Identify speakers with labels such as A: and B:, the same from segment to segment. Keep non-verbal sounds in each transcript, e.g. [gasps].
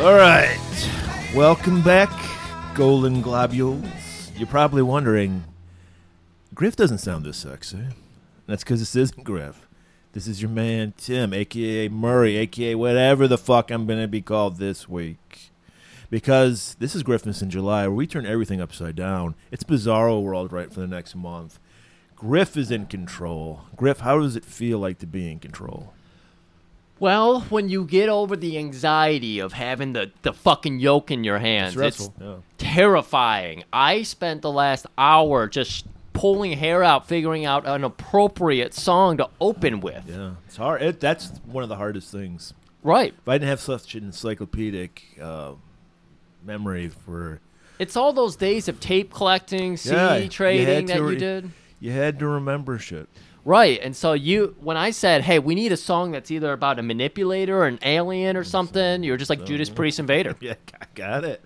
A: All right. Welcome back, Golden Globules. You're probably wondering, Griff doesn't sound this sexy. That's because this isn't Griff. This is your man, Tim, aka Murray, aka whatever the fuck I'm going to be called this week. Because this is Griffness in July, where we turn everything upside down. It's bizarro world right for the next month. Griff is in control. Griff, how does it feel like to be in control?
B: Well, when you get over the anxiety of having the, the fucking yoke in your hands, it's,
A: Stressful. Yeah.
B: terrifying. I spent the last hour just pulling hair out, figuring out an appropriate song to open with.
A: Yeah, it's hard. It, that's one of the hardest things.
B: Right.
A: If I didn't have such an encyclopedic uh, memory for
B: It's all those days of tape collecting, CD
A: Yeah, you had
B: trading that
A: to re-
B: you did.
A: you had to remember
B: [laughs]
A: shit.
B: Right. And so you when I said, "Hey, we need a song that's either about a manipulator or an alien or something," you're just like
A: Uh-huh.
B: Judas Priest Invader.
A: Yeah, I got it.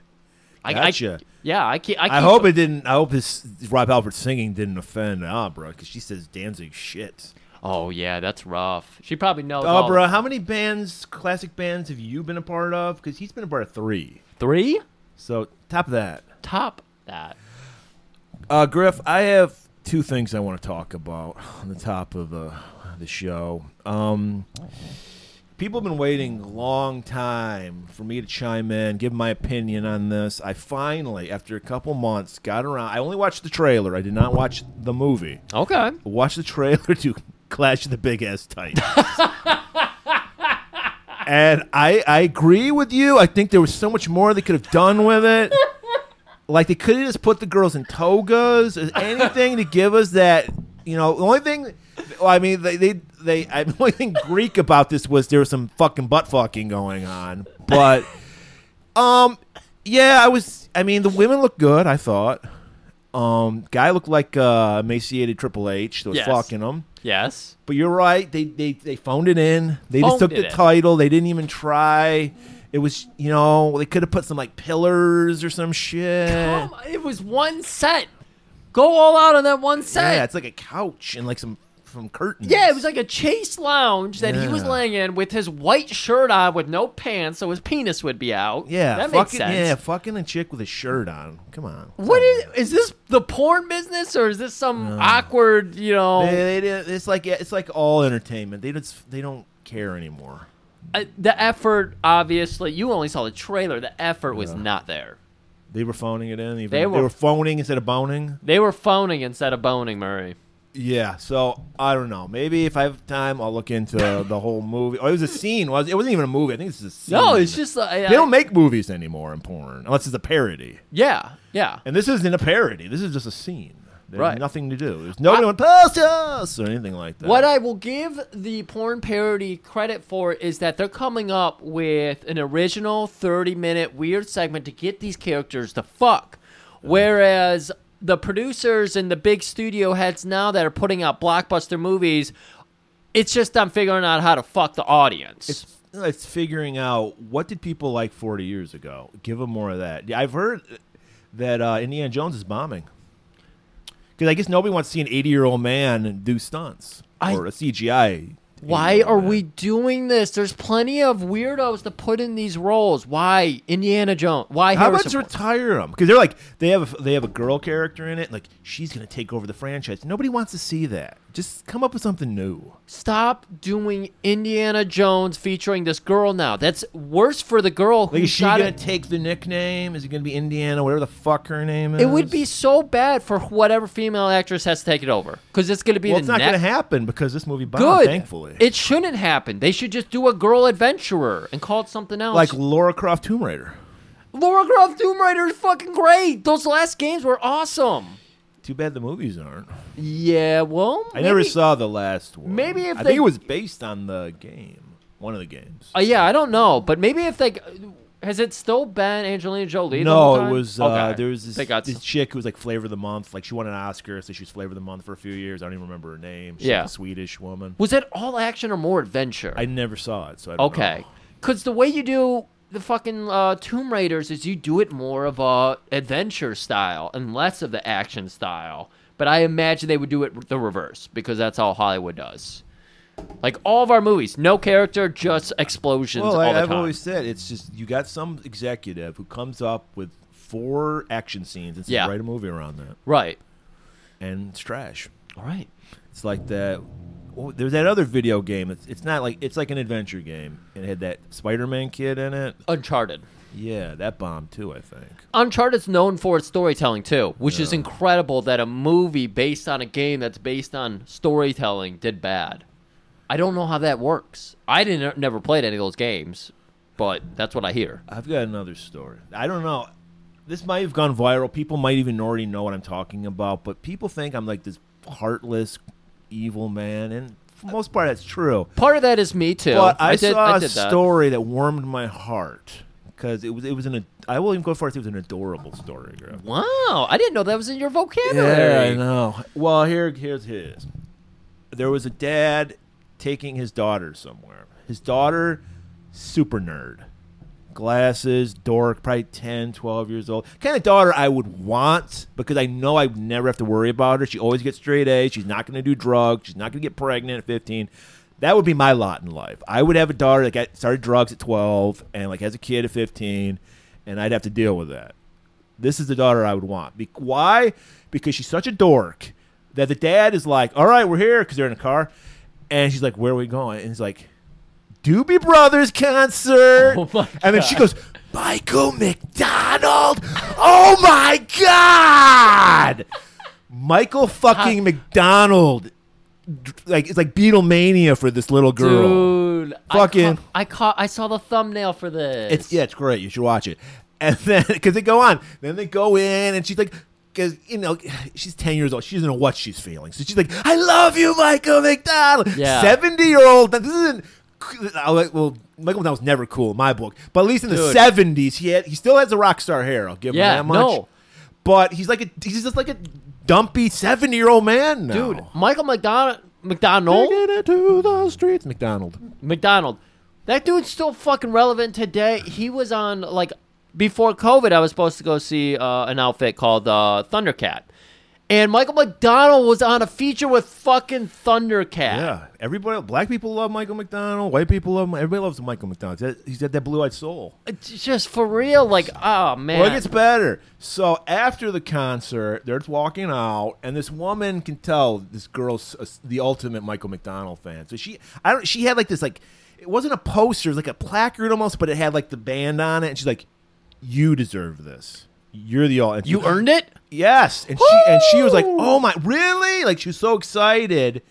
B: I,
A: Gotcha.
B: I, yeah, I keep, I,
A: I
B: keep-
A: hope it didn't. I hope this Rob Alpert singing didn't offend Abra because she says Danzig shit.
B: Oh yeah, that's rough. She probably knows all-
A: Abra, how many bands, classic bands, have you been a part of? Because he's been a part of three.
B: three
A: So top of that,
B: top that.
A: Uh, Griff, I have two things I want to talk about on the top of the, the show. Um, people have been waiting a long time for me to chime in, give my opinion on this. I finally, after a couple months, got around. I only watched the trailer. I did not watch the movie.
B: Okay.
A: I watched the trailer [laughs] to Clash of the Big Ass Titans. and I, I agree with you. I think there was so much more they could have done with it. Like they could have just put the girls in togas, or anything to give us that. You know, the only thing, well, I mean, they, they, they, I, [laughs] the only thing Greek about this was there was some fucking butt fucking going on. But, um, yeah, I was, I mean, the women looked good, I thought. Um, guy looked like uh, emaciated Triple H that was
B: Yes.
A: fucking him.
B: Yes.
A: But you're right. They they they phoned it in. They just
B: Phoned
A: took
B: it
A: the
B: in.
A: title. They didn't even try. It was you know they could have put some like pillars or some shit.
B: Um, it was one set. Go all out on that one set.
A: yeah, it's like a couch and like some some curtains.
B: Yeah, it was like a chase lounge that he was
A: Yeah.
B: laying in with his white shirt on with no pants, so his penis would be out.
A: yeah,
B: that
A: fucking,
B: makes sense.
A: Yeah, fucking a chick with a shirt on. Come on.
B: What is is this the porn business or is this some awkward you know
A: They, they, didn't- it's like it's like all entertainment. They just they don't care anymore.
B: uh, the effort? Obviously, you only saw the trailer. The effort was not there.
A: They were phoning it in. Even,
B: They were-
A: they were phoning instead of boning.
B: They were phoning instead of boning Murray.
A: Yeah, so I don't know. Maybe if I have time, I'll look
B: [coughs]
A: into the whole movie. Oh, it was a scene. was- It wasn't even a movie. I think this is a scene.
B: No, it's just uh,
A: Mm. they don't make movies anymore in porn unless it's a parody.
B: yeah, yeah.
A: And this isn't a parody. This is just a scene. There's
B: Right.
A: nothing to do. There's nobody went post us or anything like that.
B: What I will give the porn parody credit for is that they're coming up with an original 30 minute weird segment to get these characters to fuck. Whereas the producers and the big studio heads now that are putting out blockbuster movies, it's just I'm figuring out how to fuck the audience.
A: It's, it's figuring out what did people like 40 years ago. Give them more of that. Yeah, I've heard that uh, Indiana Jones is bombing. Because I guess nobody wants to see an 80 year old man do stunts
B: I-
A: or a CGI.
B: Why
A: 80-year-old
B: are
A: man.
B: we doing this? There's plenty of weirdos to put in these roles. Why Indiana Jones? Why
A: How about
B: Harrison?
A: to retire them? Because they're like they have a, they have a girl character in it. Like she's gonna take over the franchise. Nobody wants to see that. Just come up with something new.
B: Stop doing Indiana Jones featuring this girl now. That's worse for the girl who
A: Like is she
B: shot
A: gonna
B: it.
A: take the nickname? Is it gonna be Indiana? Whatever the fuck her name is.
B: It would be so bad for whatever female actress has to take it over because it's going to be
A: Well,
B: the
A: it's not
B: next.
A: gonna happen because this movie bombed.
B: Good.
A: Thankfully,
B: It shouldn't happen. They should just do a girl adventurer and call it something else.
A: like Laura Croft Tomb Raider.
B: Laura Croft Tomb Raider is fucking great. Those last games were awesome.
A: Too bad the movies aren't.
B: Yeah, well,
A: I never
B: maybe-
A: saw the last one.
B: maybe if
A: I
B: they-
A: think it was based on the game, one of the games.
B: Uh, yeah, I don't know, but maybe if they has it still been Angelina Jolie? the
A: No,
B: whole
A: it
B: time?
A: was uh,
B: Okay.
A: there was this,
B: They got
A: this
B: some-
A: chick who was like flavor of the month. Like she won an Oscar, so she was flavor of the month for a few years. I don't even remember her name. She's
B: Yeah.
A: a Swedish woman.
B: Was it all action or more adventure?
A: I never saw it, so I don't
B: okay,
A: know.
B: because the way you do the fucking uh, Tomb Raiders is you do it more of a adventure style and less of the action style. But I imagine they would do it the reverse because that's how Hollywood does. Like all of our movies, no character, just explosions
A: Well,
B: all
A: I,
B: the
A: I've
B: time.
A: always said it's just you got some executive who comes up with four action scenes and says,
B: Yeah.
A: write a movie around that,
B: Right.
A: and it's trash.
B: All right.
A: It's like that. Well, there's that other video game. It's, it's not like it's like an adventure game, and it had that Spider-Man kid in it.
B: Uncharted.
A: Yeah, that bombed too. I think.
B: Uncharted's known for its storytelling too, which is incredible that a movie based on a game that's based on storytelling did bad. I don't know how that works. I didn't uh, never played any of those games, but that's what I hear.
A: I've got another story. I don't know. This might have gone viral. People might even already know what I'm talking about, but people think I'm like this heartless, evil man, and for the most part, that's true.
B: Part of that is me too.
A: But I,
B: did,
A: saw
B: I
A: a
B: did that.
A: story that warmed my heart because it was it was an ad- I will even go as far as it was an adorable story, girl.
B: Wow, I didn't know that was in
A: Yeah,
B: your
A: I
B: vocabulary.
A: know. Well, here here's his. There was a dad taking his daughter somewhere. His daughter, super nerd. Glasses, dork, probably 10, 12 years old. Kind of daughter I would want because I know I would never have to worry about her. She always gets straight A's. She's not going to do drugs. She's not going to get pregnant at 15. That would be my lot in life. I would have a daughter that got, started drugs at 12 and like has a kid at 15, and I'd have to deal with that. This is the daughter I would want. Be- why? Because she's such a dork that the dad is like, "All right, we're here," because they're in a car, and she's like, "Where are we going?" And he's like, "Doobie Brothers concert."
B: Oh my
A: And then she goes, "Michael McDonald." oh my god! Michael fucking McDonald. Dr- Like it's like Beatlemania for this little girl.
B: Dude,
A: Fucking-
B: I, caught, I caught. I saw the thumbnail for this.
A: It's yeah, it's great. You should watch it. And [laughs] then because they go on, then they go in, and she's like, because you know she's ten years old. She doesn't know what she's feeling, so she's like, "I love you, Michael McDonald."
B: Yeah.
A: seventy year old. This isn't. I like- Well, Michael McDonald was never cool in my book, but at least in the
B: Dude.
A: seventies, he had he still has a rock star hair. I'll give
B: Yeah,
A: him that much.
B: no.
A: But he's like a he's just like a dumpy seventy year old man now.
B: dude, Michael McDonald. McDonald.
A: Taking it to the streets, McDonald.
B: McDonald. That dude's still fucking relevant today. He was on like before COVID. I was supposed to go see uh, an outfit called uh, Thundercat, and Michael McDonald was on a feature with fucking Thundercat.
A: Yeah, everybody. Black people love Michael McDonald. White people love him. Everybody loves Michael McDonald. He's got- He's got that blue-eyed soul.
B: It's just for real. Like, oh man,
A: Well, it gets better. So after the concert, they're just walking out, and this woman can tell this girl's uh, the ultimate Michael McDonald fan. So she, I don't. She had like this like it wasn't a poster, it was like a placard almost, but it had like the band on it, and she's like, "You deserve this. You're the all." and
B: you earned it.
A: Yes, and she and she was like, "Oh my, really?" Like she was so excited.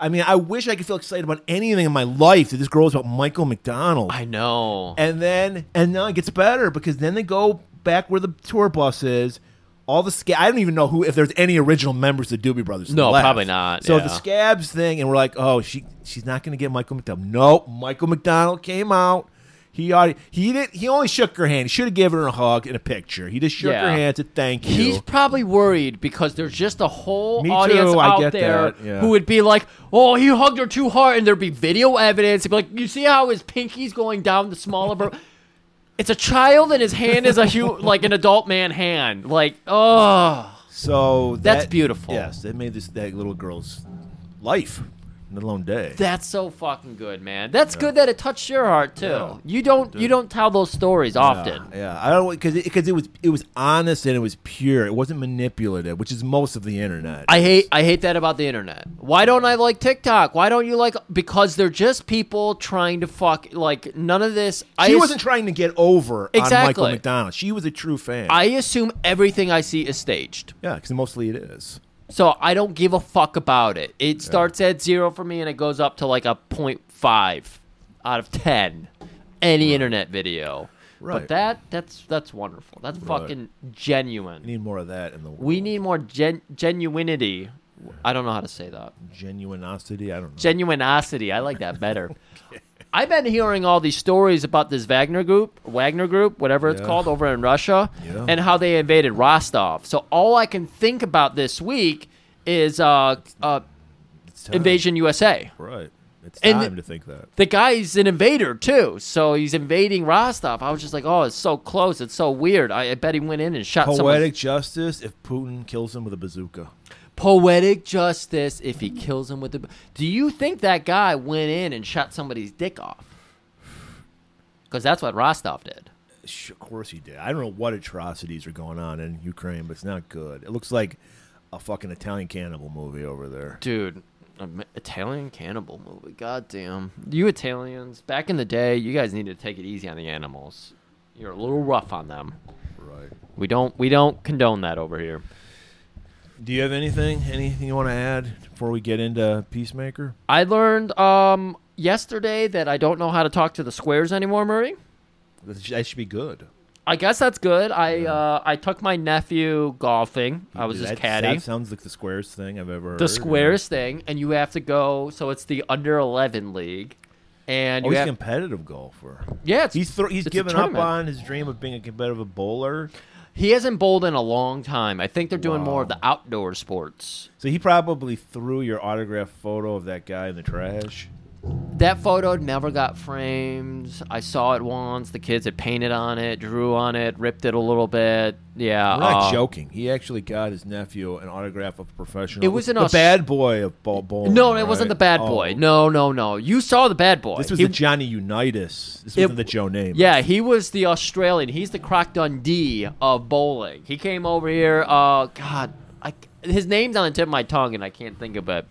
A: I mean, I wish I could feel excited about anything in my life that this girl is about Michael McDonald.
B: I know.
A: and then and now it gets better because then they go back where the tour bus is. All the scab. I don't even know who if there's any original members of the Doobie Brothers.
B: No,
A: left.
B: probably not,
A: So
B: yeah.
A: the scabs thing, and we're like, oh, she she's not going to get Michael McDonald. No, Michael McDonald came out. He already he didn't he only shook her hand. He should have given her a hug and a picture. He just shook
B: Yeah.
A: her hand to thank you.
B: He's probably worried because there's just a whole
A: Me
B: audience
A: too, I
B: out
A: get
B: there
A: that, yeah.
B: who would be like, "Oh, he hugged her too hard," and there'd be video evidence. It'd be like, "You see how his pinky's going down the smaller bro?" [laughs] it's a child, and his hand is a hu- like an adult man hand. Like, oh,
A: So
B: That's
A: that-
B: beautiful.
A: Yes, that made this that little girl's life, let alone day.
B: That's so fucking good, man. That's good that it touched your heart too.
A: Yeah.
B: You don't you don't tell those stories often.
A: Yeah, Uh, yeah. I don't because because it, was it was honest and it was pure. It wasn't manipulative, which is most of the internet.
B: I hate I hate that about the internet. Why don't I like TikTok? Why don't you like because they're just people trying to fuck like none of this I
A: She
B: ass-
A: wasn't trying to get over on Michael
B: Exactly.
A: McDonald. She was a true fan.
B: I assume everything I see is staged.
A: yeah, because mostly it is.
B: So I don't give a fuck about it. It starts at 0 for me and it goes up to like a 0.5 out of 10 any internet video.
A: Right.
B: But that that's that's wonderful. That's fucking genuine.
A: We need more of that in the world.
B: We need more gen- genuinity. I don't know how to say that.
A: genuinosity. I don't know.
B: Genuinosity. I like
A: [laughs]
B: that better. I've been hearing all these stories about this Wagner group, Wagner group, whatever it's
A: Yeah.
B: called over in Russia,
A: Yeah.
B: and how they invaded Rostov. So all I can think about this week is uh, uh,
A: It's time.
B: Invasion USA.
A: Right. It's
B: And-
A: time to think that.
B: The guy's an invader too, so he's invading Rostov. I was just like, oh, it's so close, it's so weird. I, I bet he went in and shot someone.
A: Poetic justice if Putin kills him with a bazooka.
B: poetic justice if he kills him with the. Do you think that guy went in and shot somebody's dick off? Because that's what Rostov did.
A: Sh- Of course he did. I don't know what atrocities are going on in Ukraine, but it's not good. It looks like a fucking Italian cannibal movie over there.
B: Dude, um, Italian cannibal movie. Goddamn. You Italians, back in the day, you guys need to take it easy on the animals. You're a little rough on them.
A: Right.
B: We don't we don't condone that over here.
A: Do you have anything? Anything you want to add before we get into Peacemaker?
B: I learned um yesterday that I don't know how to talk to the squares anymore, Murray.
A: That sh- that should be good.
B: I guess that's good. I uh, I took my nephew golfing. I was
A: That-
B: his caddy.
A: That sounds like the squarest thing I've ever heard.
B: the squares thing, and you have to go. So it's the under eleven league, and
A: Oh,
B: you
A: he's a
B: have
A: competitive golfer.
B: yeah, it's,
A: He's thro- he's
B: it's a
A: given up
B: tournament.
A: on his dream of being a competitive bowler.
B: He hasn't bowled in a long time. I think they're doing more of
A: Wow.
B: the outdoor sports.
A: So he probably threw your autographed photo of that guy in the trash.
B: That photo never got framed. I saw it once. The kids had painted on it, drew on it, ripped it a little bit. Yeah,
A: I'm not
B: uh,
A: joking. He actually got his nephew an autograph of a professional.
B: It was an
A: the
B: Aus-
A: bad boy of ball bowling.
B: No, it wasn't
A: right?
B: the bad
A: Oh.
B: boy. No, no, no. You saw the bad boy.
A: This was
B: He-
A: the Johnny Unitas. This
B: It-
A: wasn't the Joe name.
B: Yeah, he was the Australian. He's the Croc Dundee of bowling. He came over here. Uh, God, I, his name's on the tip of my tongue, and I can't think of it.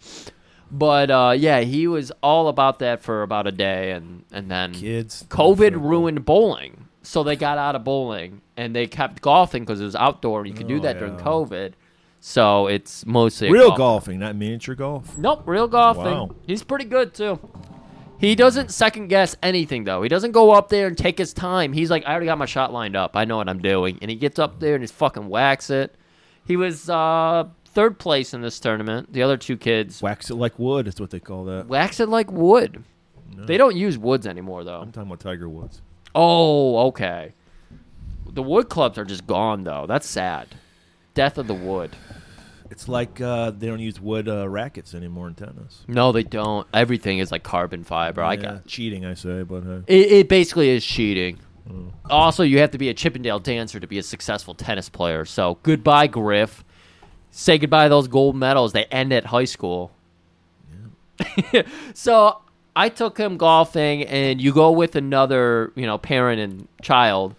B: But uh, yeah, he was all about that for about a day, and and then
A: Kids.
B: COVID
A: Fuck.
B: ruined bowling, so they got out of bowling and they kept golfing because it was outdoor and you could do
A: Oh,
B: that during
A: yeah.
B: COVID. So it's mostly a
A: Real
B: golf.
A: golfing, not miniature golf.
B: Nope, real golfing.
A: Wow.
B: He's pretty good too. He doesn't second guess anything though. He doesn't go up there and take his time. He's like, I already got my shot lined up. I know what I'm doing. And he gets up there and just fucking whacks it. He was uh, third place in this tournament. The other two kids
A: Wax it like wood is what they call that.
B: wax it like wood. They don't use woods anymore though.
A: I'm talking about Tiger Woods.
B: Oh, okay. The wood clubs are just gone though. That's sad. Death of the wood.
A: It's like uh, they don't use wood uh, rackets anymore in tennis.
B: No, they don't. Everything is like carbon fiber. I got
A: cheating, I say, but uh, hey.
B: It, it basically is cheating. Also, you have to be a Chippendale dancer to be a successful tennis player. So goodbye, Griff. Say goodbye to those gold medals. They end at high school. [laughs] so I took him golfing, and you go with another, you know, parent and child.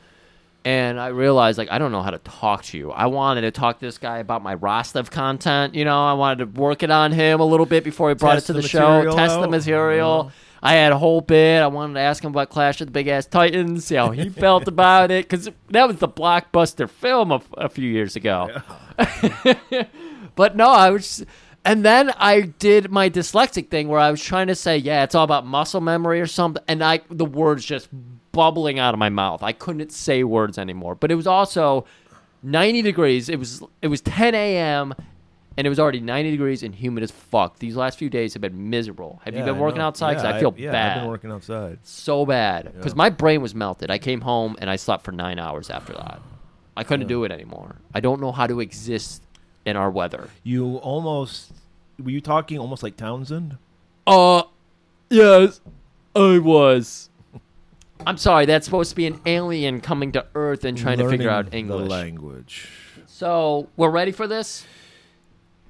B: And I realized, like, I don't know how to talk to you. I wanted to talk to this guy about my Rostov content. You know, I wanted to work it on him a little bit before he brought
A: Test
B: it to
A: the
B: the, show,
A: material Uh-huh.
B: test the
A: out.
B: material. I had a whole bit. I wanted to ask him about Clash of the Big Ass Titans, see
A: [laughs]
B: how he felt about it, because that was the blockbuster film a, a few years ago. but no, I was. And then I did my dyslexic thing where I was trying to say, yeah, it's all about muscle memory or something, and I the words just bubbling out of my mouth. I couldn't say words anymore. But it was also 90 degrees. It was it was 10 a.m. and it was already 90 degrees and humid as fuck. These last few days have been miserable. Have you
A: Yeah,
B: been
A: I
B: working
A: know.
B: outside? Because
A: Yeah,
B: I feel
A: yeah,
B: bad
A: I've been working outside.
B: so bad because
A: Yeah.
B: my brain was melted. I came home and I slept for nine hours after that. I couldn't do it anymore. I don't know how to exist in our weather.
A: You almost were you talking almost like Townsend?
B: Uh, yes, I was. I'm sorry. That's supposed to be an alien coming to Earth and trying to figure
A: Learning
B: out
A: the
B: English.
A: language.
B: So we're ready for this.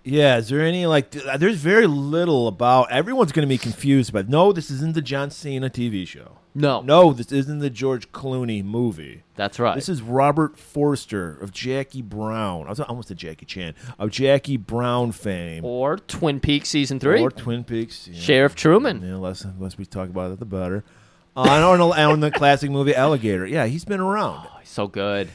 A: Yeah, is there any like? th- uh, There's very little about. Everyone's going to be confused about. No, this isn't the John Cena TV show.
B: No,
A: No, this isn't the George Clooney movie.
B: that's right.
A: This is Robert Forster of Jackie Brown. I was almost a Jackie Chan of Jackie Brown fame
B: or Twin Peaks season three.
A: or Twin Peaks. Yeah.
B: Sheriff Truman.
A: Yeah, less less we talk about it, the better. Uh, and on, the- on the classic movie Alligator. Yeah, he's been around.
B: Oh, he's so good.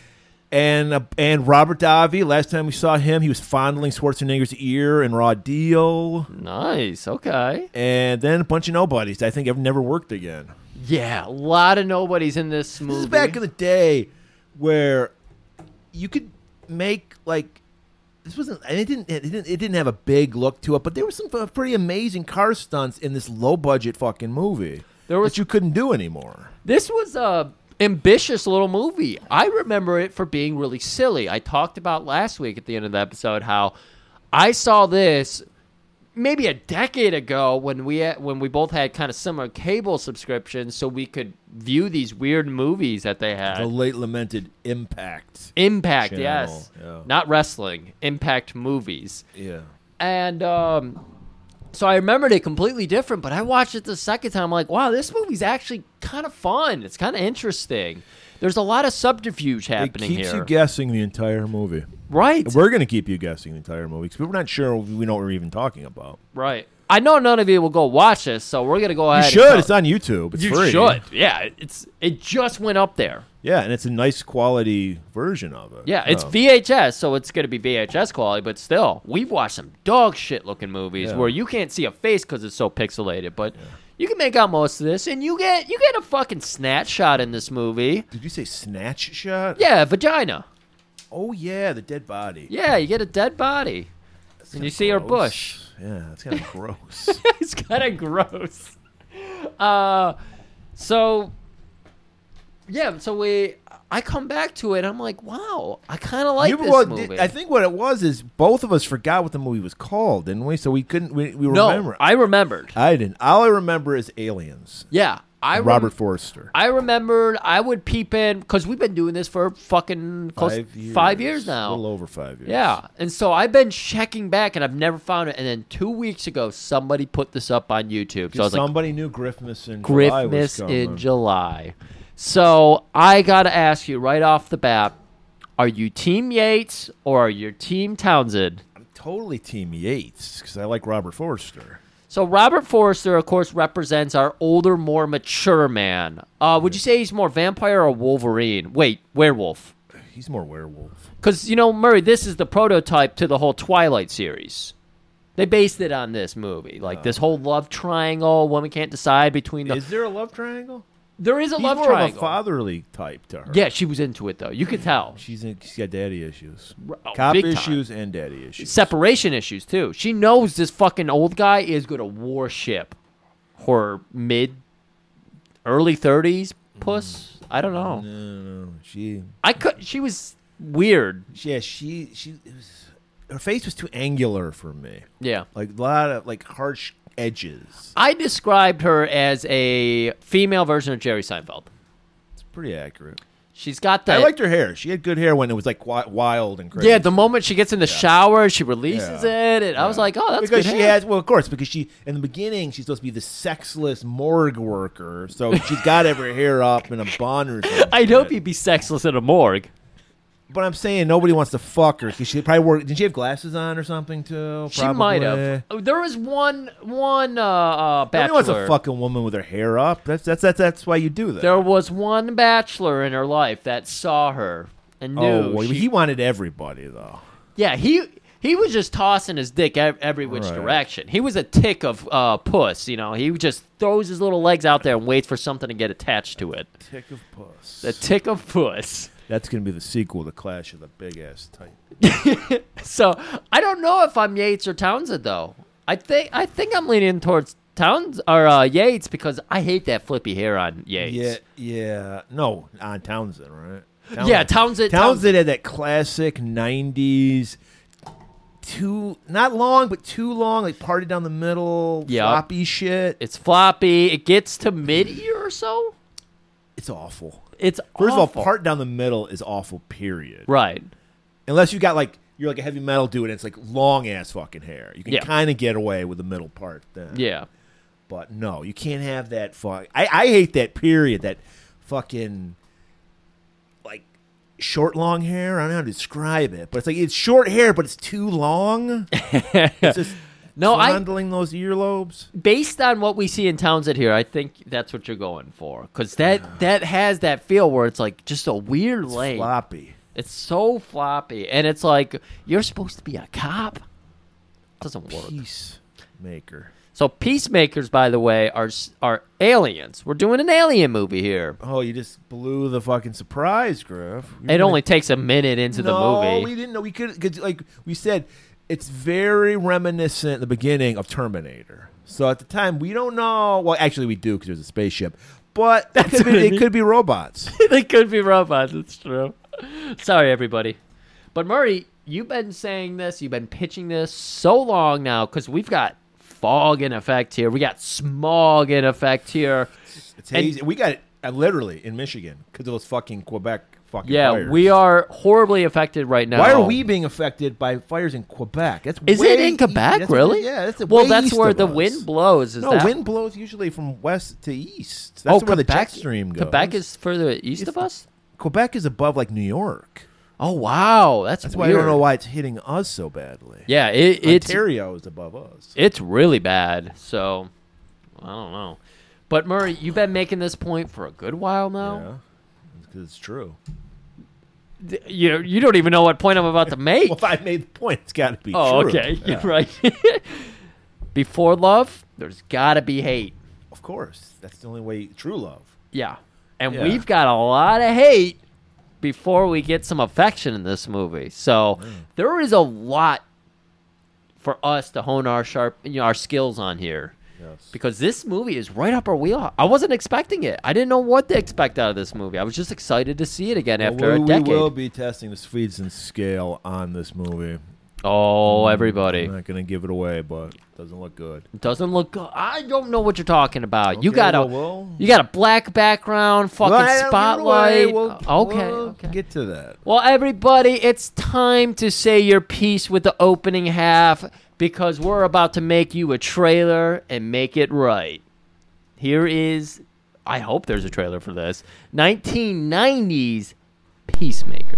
A: And uh, and Robert Davi. Last time we saw him, he was fondling Schwarzenegger's ear in Raw Deal.
B: Nice. Okay.
A: and then a bunch of nobodies. that I think have never worked again.
B: Yeah, a lot of nobodies in this movie.
A: This is back in the day where you could make like this wasn't. and It didn't. It didn't. It didn't have a big look to it, but there were some f- pretty amazing car stunts in this low budget fucking movie
B: There was-
A: that you couldn't do anymore.
B: This was a ambitious little movie. I remember it for being really silly. I talked about last week at the end of the episode how I saw this maybe a decade ago when we when we both had kind of similar cable subscriptions so we could view these weird movies that they had.
A: The late lamented impact.
B: Impact,
A: Channel,
B: yes.
A: yeah.
B: Not wrestling, Impact movies.
A: Yeah.
B: And um so I remembered it completely different, but I watched it the second time. I'm like, wow, this movie's actually kind of fun. It's kind of interesting. There's a lot of subterfuge
A: It
B: happening
A: keeps
B: here.
A: you guessing the entire movie.
B: right.
A: We're going to keep you guessing the entire movie because we're not sure we know what we're even talking about.
B: Right. I know none of you will go watch this, so we're going to go
A: You
B: ahead. and
A: should.
B: go-
A: It's on YouTube. It's
B: you
A: free.
B: should. Yeah, it's it just went up there.
A: Yeah, and it's a nice quality version of it.
B: Yeah, it's
A: Um,
B: VHS, so it's going to be VHS quality, but still, we've watched some dog shit looking movies
A: Yeah.
B: where you can't see a face because it's so pixelated, but you can make out most of this, and you get you get a fucking snatch shot in this movie.
A: Did you say snatch shot?
B: Yeah, vagina.
A: Oh yeah, the dead body.
B: Yeah, you get a dead body, and you see
A: [laughs]
B: her bush.
A: Yeah, that's
B: [laughs]
A: kind of gross.
B: it's kind of gross. Uh, so yeah, so we I come back to it. I'm like, wow, I kind of like
A: You-
B: this
A: well,
B: movie.
A: I think what it was is both of us forgot what the movie was called, didn't we? So we couldn't. We, we
B: no,
A: remember.
B: I remembered.
A: I didn't. All I remember is aliens.
B: Yeah, I rem-
A: Robert Forster.
B: I remembered. I would peep in because we've been doing this for fucking close five years,
A: A little
B: now.
A: over five years.
B: Yeah, and so I've been checking back and I've never found it. And then two weeks ago, somebody put this up on YouTube. So I was like,
A: Somebody knew Griffmas in July was
B: Griffmas
A: coming.
B: in July. So I gotta ask you right off the bat: Are you Team Yates or are you Team Townsend?
A: I'm totally Team Yates because I like Robert Forster.
B: So Robert Forrester, of course, represents our older, more mature man. Uh, would you say he's more vampire or Wolverine? Wait, werewolf.
A: He's more werewolf.
B: Because, you know, Murray, this is the prototype to the whole Twilight series. They based it on this movie. Like, this whole love triangle, woman can't decide between the.
A: Oh. Is there a love triangle?
B: there is a
A: He's
B: love
A: more
B: triangle.
A: of a fatherly type to her.
B: yeah, she was into it, though. You could tell.
A: She's, in, she's got daddy issues.
B: oh,
A: Cop
B: big time.
A: issues and daddy issues.
B: Separation issues, too. She knows this fucking old guy is going to warship her mid, early 30s puss.
A: Mm.
B: I don't know.
A: No, no, no. She,
B: I could. She was weird.
A: she- yeah, she, she, it was, her face was too angular for me.
B: Yeah.
A: Like a lot of like harsh edges.
B: I described her as a female version of Jerry Seinfeld.
A: It's pretty accurate.
B: She's got the
A: I liked her hair. She had good hair when it was like wi- wild and crazy.
B: yeah. The moment she gets in the shower, she releases
A: Yeah.
B: it, and I was like, oh, that's
A: because
B: good
A: she
B: hair.
A: has well, of course, because she in the beginning she's supposed to be the sexless morgue worker, so she's got to have her hair up in a bun
B: [laughs]
A: or something.
B: I'd hope you'd be sexless in a morgue.
A: But I'm saying nobody wants to fuck her because she probably wore. Did she have glasses on or something too?
B: She might
A: Probably.
B: have. Oh, There was one one uh, uh,
A: Nobody wants to
B: bachelor.
A: fuck a woman with her hair up. That's that's that's, that's why you do that.
B: There was one bachelor in her life that saw her and knew.
A: Oh, well,
B: she-
A: he wanted everybody though.
B: yeah, he he was just tossing his dick ev- every which
A: Right.
B: direction. He was a tick of uh, puss, you know. He just throws his little legs out there and waits for something to get attached to it.
A: Tick of puss.
B: The tick of puss.
A: That's gonna be the sequel to Clash of the Big Ass Titan.
B: So I don't know if I'm Yates or Townsend though. I think I think I'm leaning towards Towns or uh, Yates because I hate that flippy hair on Yates.
A: Yeah, yeah. No, on Townsend, right? Townsend.
B: Yeah,
A: Townsend.
B: Townsend- Townsend.
A: had that classic '90s, too not long but too long, like party down the middle,
B: Yeah.
A: floppy shit.
B: It's floppy. It gets to mid ear or so.
A: It's awful.
B: It's
A: First of
B: awful.
A: all, part down the middle is awful. Period.
B: right.
A: Unless you got like you're like a heavy metal dude and it's like long ass fucking hair. You can
B: Yeah.
A: kind of get away with the middle part then.
B: Yeah.
A: But no, you can't have that fuck. I, I hate that period. That fucking like short long hair. I don't know how to describe it, but it's like it's short hair, but it's too
B: [laughs]
A: long. it's just
B: No, I-
A: fondling those earlobes.
B: Based on what we see in Townsend here, I think that's what you're going for because that that has that feel where it's like just a weird lane.
A: Floppy.
B: It's so floppy, and it's like you're supposed to be a cop. Doesn't work.
A: Peace maker.
B: So peacemakers, by the way, are s- are aliens. We're doing an alien movie here.
A: Oh, you just blew the fucking surprise, Griff.
B: It only takes a minute into the
A: no,
B: movie.
A: we didn't know. We could, cause like we said, it's very reminiscent in the beginning of Terminator. So at the time, we don't know. Well, actually, we do because there's a spaceship, but it could,
B: what
A: be,
B: I mean.
A: it could be
B: [laughs]
A: robots.
B: they could be robots. It's true. Sorry, everybody. But Murray, you've been saying this. You've been pitching this so long now because we've got fog in effect here. We got smog in effect here.
A: It's
B: And-
A: hazy. We got it uh, literally in Michigan because of those fucking Quebec fucking
B: Yeah,
A: fires.
B: we are horribly affected right now.
A: Why are we being affected by fires in Quebec? That's
B: Is
A: way
B: it in
A: east-
B: Quebec?
A: that's-
B: really?
A: Yeah. That's
B: well,
A: way
B: that's
A: east
B: where
A: of
B: the
A: us.
B: wind blows. Is
A: No,
B: that?
A: wind blows usually from west to east. That's
B: oh,
A: where the
B: Quebec,
A: jet stream goes.
B: Quebec is further east of us.
A: Quebec is above like New York.
B: Oh wow, that's,
A: That's why
B: weird.
A: I don't know why it's hitting us so badly.
B: Yeah, it, it's
A: Ontario is above us.
B: it's really bad. So I don't know. But Murray, you've been making this point for a good while now.
A: Yeah, because it's true. [laughs]
B: D- You you don't even know what point
A: [laughs]
B: I'm about to make.
A: Well, if I made the point, it's got to be
B: oh,
A: true.
B: okay, [laughs]
A: Yeah,
B: you're right. Before love, there's got to be hate.
A: Of course, that's the only way. True love.
B: Yeah, and
A: Yeah.
B: we've got a lot of hate before we get some affection in this movie. So there is a lot for us to hone our sharp you know, our skills on here.
A: Yes.
B: because this movie is right up our wheelhouse. I wasn't expecting it. I didn't know what to expect out of this movie. I was just excited to see it again after
A: Well,
B: a
A: we
B: decade.
A: will be testing the speeds and scale on this movie.
B: Oh,
A: Mm-hmm.
B: everybody.
A: I'm not going to give it away, but it doesn't look good.
B: Doesn't look good. I don't know what you're talking about. you
A: Okay,
B: got a
A: well, we'll-
B: you got a black background, fucking
A: Well, I don't give
B: spotlight.
A: it away. We'll-
B: okay,
A: we'll
B: okay.
A: Get to that.
B: Well, everybody, it's time to say your piece with the opening half because we're about to make you a trailer and make it right. Here is, I hope there's a trailer for this 1990s Peacemaker.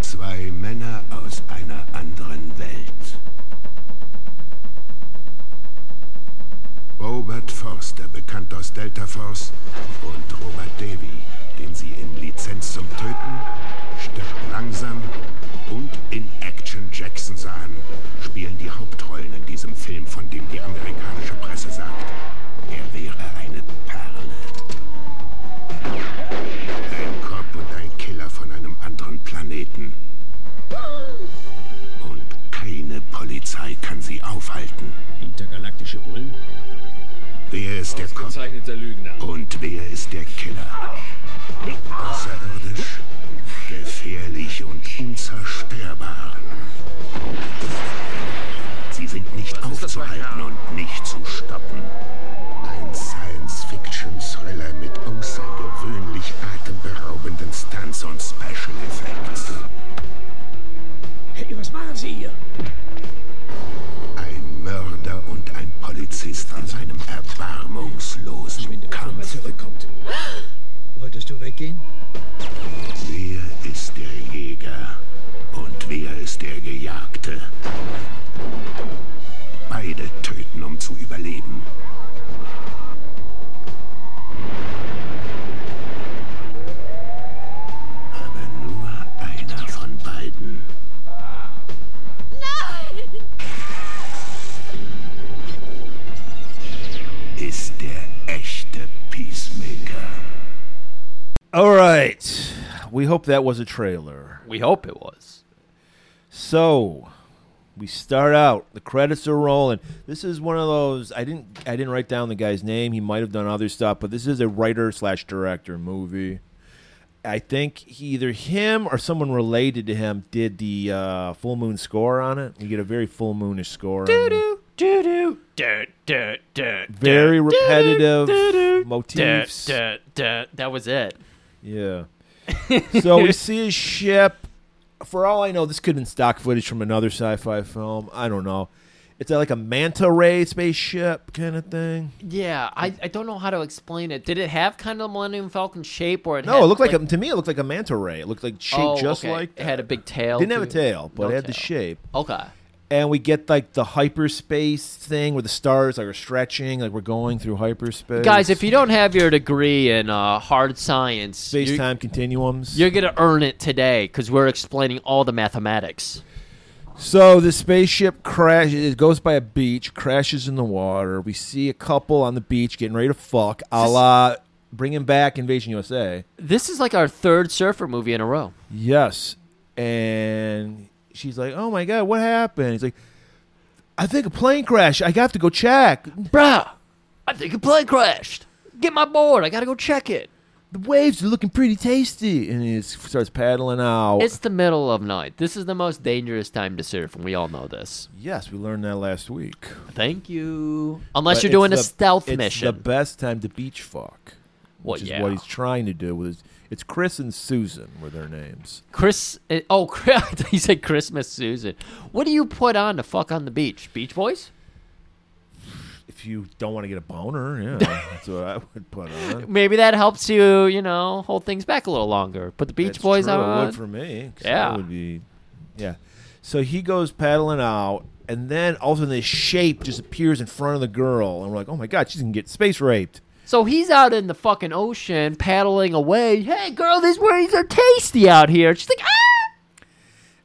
C: Zwei Männer aus einer anderen Welt. Robert Forster, bekannt aus Delta Force, und Robert Davy, den sie in Lizenz zum Töten, stirbt langsam und in Action Jackson sahen, spielen die Hauptrollen in diesem Film, von dem die amerikanische Presse sagt, er wäre eine Perle. Ein Kopf und ein Killer von einem anderen Planeten. Und keine Polizei kann sie aufhalten.
D: Intergalaktische Bullen?
C: Wer ist der Kopf
D: Gezeichneter Lügner.
C: und wer ist der Killer? Außerirdisch, gefährlich und unzerstörbar. Sie sind nicht aufzuhalten und nicht zu stoppen. Ein Science-Fiction-Thriller mit außergewöhnlich atemberaubenden Stunts und Special Effects.
D: Hey, was machen Sie hier?
C: Ein Mörder und ein Polizist in seinem erbarmungslosen
D: Wenn er
C: Kampf.
D: [gasps] zurückkommt. Wolltest du weggehen?
C: Wer ist der Jäger und wer ist der Gejagte? Beide töten, um zu überleben. Aber nur einer von beiden. Nein! Ist der echte Peacemaker.
A: All right. We hope that was a trailer.
B: We hope it was.
A: So we start out. The credits are rolling. This is one of those. I didn't. I didn't write down the guy's name. He might have done other stuff, but this is a writer slash director movie. I think he, either him or someone related to him did the uh, full moon score on it. You get a very full moonish score. on it.
B: Do do do do duh, duh,
A: Very
B: duh, duh,
A: repetitive
B: duh, duh, duh,
A: motifs.
B: duh, duh. That was it.
A: Yeah. so
B: [laughs]
A: we see his ship. For all I know, this could have been stock footage from another sci-fi film. I don't know. It's like a manta ray spaceship kind of thing.
B: Yeah, I, I don't know how to explain it. Did it have kind of the Millennium Falcon shape, or it
A: No,
B: had,
A: it looked like, a, to me. It looked like a manta ray. It looked like shaped
B: oh,
A: just
B: okay.
A: like
B: it had a big tail.
A: didn't have a
B: too?
A: tail, but
B: No
A: it had the
B: tail.
A: shape.
B: Okay,
A: And we get like the hyperspace thing where the stars like are stretching, like we're going through hyperspace.
B: guys, if you don't have your degree in uh, hard science,
A: space
B: you-
A: time continuums.
B: You're gonna earn it today because we're explaining all the mathematics.
A: So the spaceship crashes. It goes by a beach, crashes in the water. We see a couple on the beach getting ready to fuck, a la bringing back Invasion USA.
B: This is like our third surfer movie in a row.
A: Yes, and she's like, "Oh my god, what happened?" He's like, "I think a plane crashed. I have to go check.
B: Bruh, I think a plane crashed. Get my board. I gotta go check it.
A: The waves are looking pretty tasty." And he starts paddling out.
B: It's the middle of night. This is the most dangerous time to surf, and we all know this.
A: yes, we learned that last week.
B: Thank you. Unless
A: But
B: you're doing
A: it's
B: a
A: the-
B: stealth
A: it's
B: mission.
A: the best time to beach fuck.
B: Well,
A: Which is
B: yeah.
A: what he's trying to do with his, it's Chris and Susan were their names.
B: Chris. eh, Oh, [laughs] Chris, he said Christmas Susan. What do you put on to fuck on the beach? Beach Boys?
A: If you don't want to get a boner,
B: [laughs]
A: yeah, that's what I would put on.
B: Maybe that helps you, you know, hold things back a little longer. Put the Beach
A: That's
B: Boys
A: true, it
B: on.
A: would for me. 'cause
B: Yeah.
A: that would be, yeah. So he goes paddling out, and then all of a sudden this shape just appears in front of the girl, and we're like, oh my god, she's gonna get space raped.
B: So he's out in the fucking ocean paddling away. Hey, girl, these worries are tasty out here. She's like, ah!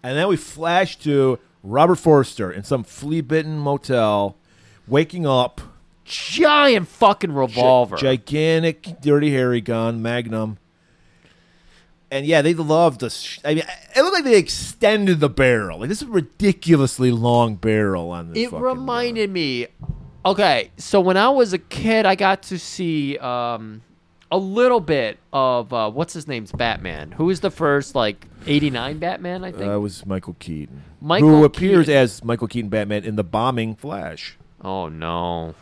A: And then we flash to Robert Forster in some flea-bitten motel, waking up.
B: Giant fucking
A: gi-
B: revolver.
A: gigantic dirty harry gun magnum and yeah they love the sh- i mean it looked like they extended the barrel like this is a ridiculously long barrel on this
B: it
A: fucking uh,
B: reminded me. Okay, so when I was a kid, I got to see um, a little bit of uh, what's his name's Batman. Who was the first like '89 Batman? I
A: gun.
B: think.
A: that Uh, was michael keaton
B: Michael
A: who appears
B: Keaton.
A: as michael keaton batman in the bombing flash
B: oh no.